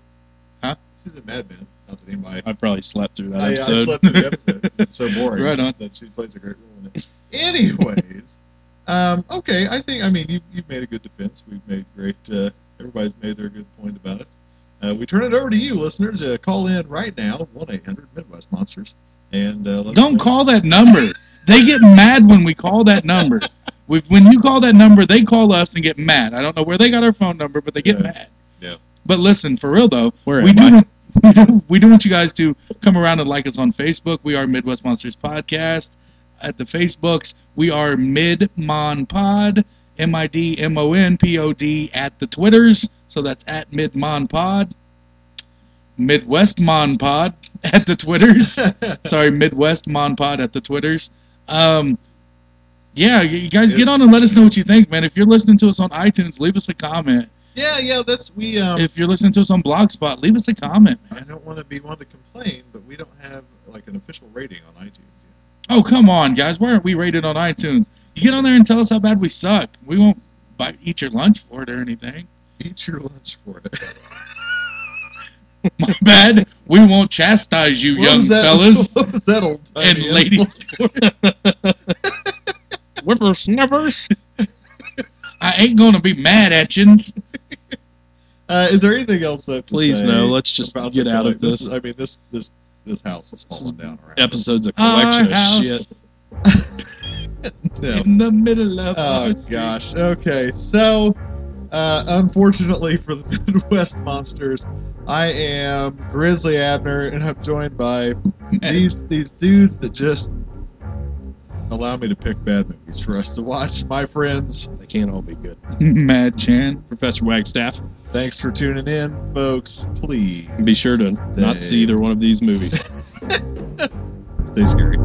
Speaker 7: Huh?
Speaker 5: She's a Mad Men. Not that anybody
Speaker 8: I probably slept through that
Speaker 5: I, I
Speaker 8: episode.
Speaker 5: slept through the episode. It's so boring
Speaker 7: Uh, Right on.
Speaker 5: that she plays a great role in it. Anyways, um, okay, I think I mean you you've made a good defense. We've made great. Uh, everybody's made their good point about it. Uh, we turn it over to you, listeners. Uh, call in right now, one eight hundred Midwest Monsters, and uh, let us
Speaker 7: Don't
Speaker 5: know-
Speaker 7: call that number. They get mad when we call that number. We- When you call that number, they call us and get mad. I don't know where they got our phone number, but they get
Speaker 5: Yeah.
Speaker 7: mad.
Speaker 5: Yeah.
Speaker 7: But listen, for real though,
Speaker 8: Where
Speaker 7: we
Speaker 8: am
Speaker 7: do,
Speaker 8: I?
Speaker 7: want, we do we do want you guys to come around and like us on Facebook. We are Midwest Monsters Podcast at the Facebooks. We are Midmon Pod, M I D M O N P O D at the Twitters. So that's at Midmon Pod, Midwest Mon Pod at the Twitters. Sorry, Midwest Mon Pod at the Twitters. Um, yeah, you guys get on and let us know what you think, man. If you're listening to us on iTunes, leave us a comment.
Speaker 5: Yeah, yeah, that's we. Um,
Speaker 7: If you're listening to us on Blogspot, leave us a comment,
Speaker 5: I
Speaker 7: man.
Speaker 5: don't want to be one to complain, but we don't have like an official rating on iTunes. Yet.
Speaker 7: Oh, come on, guys. Why aren't we rated on iTunes? You get on there and tell us how bad we suck. We won't bite, eat your lunch for it or anything.
Speaker 5: Eat your lunch for it.
Speaker 7: My bad. We won't chastise you,
Speaker 5: What
Speaker 7: young
Speaker 5: was that-
Speaker 7: fellas
Speaker 5: What was that old
Speaker 7: and
Speaker 5: timey
Speaker 7: ladies.
Speaker 8: Whippersnappers.
Speaker 7: I ain't going to be mad at you.
Speaker 5: Uh, is there anything else left? to
Speaker 8: Please
Speaker 5: say
Speaker 8: no. Let's just
Speaker 5: about
Speaker 8: get
Speaker 5: the
Speaker 8: out
Speaker 5: collect-
Speaker 8: of
Speaker 5: this.
Speaker 8: this.
Speaker 5: is- I mean, this this this house is
Speaker 8: This is
Speaker 5: falling down around.
Speaker 8: Episode's a
Speaker 7: Our
Speaker 8: collection of
Speaker 7: house
Speaker 8: shit.
Speaker 5: Yeah.
Speaker 7: in the middle of
Speaker 5: Oh
Speaker 7: our street.
Speaker 5: gosh. Okay. So, uh, unfortunately for the Midwest monsters, I am Grizzly Abner, and I'm joined by these these dudes that just allow me to pick bad movies for us to watch. My friends,
Speaker 8: They can't all be good.
Speaker 7: Mad Chan.
Speaker 8: Professor Wagstaff.
Speaker 5: thanks for tuning in, folks. Please
Speaker 8: Be sure to not
Speaker 5: stay-
Speaker 8: see either one of these movies.
Speaker 5: Stay scary.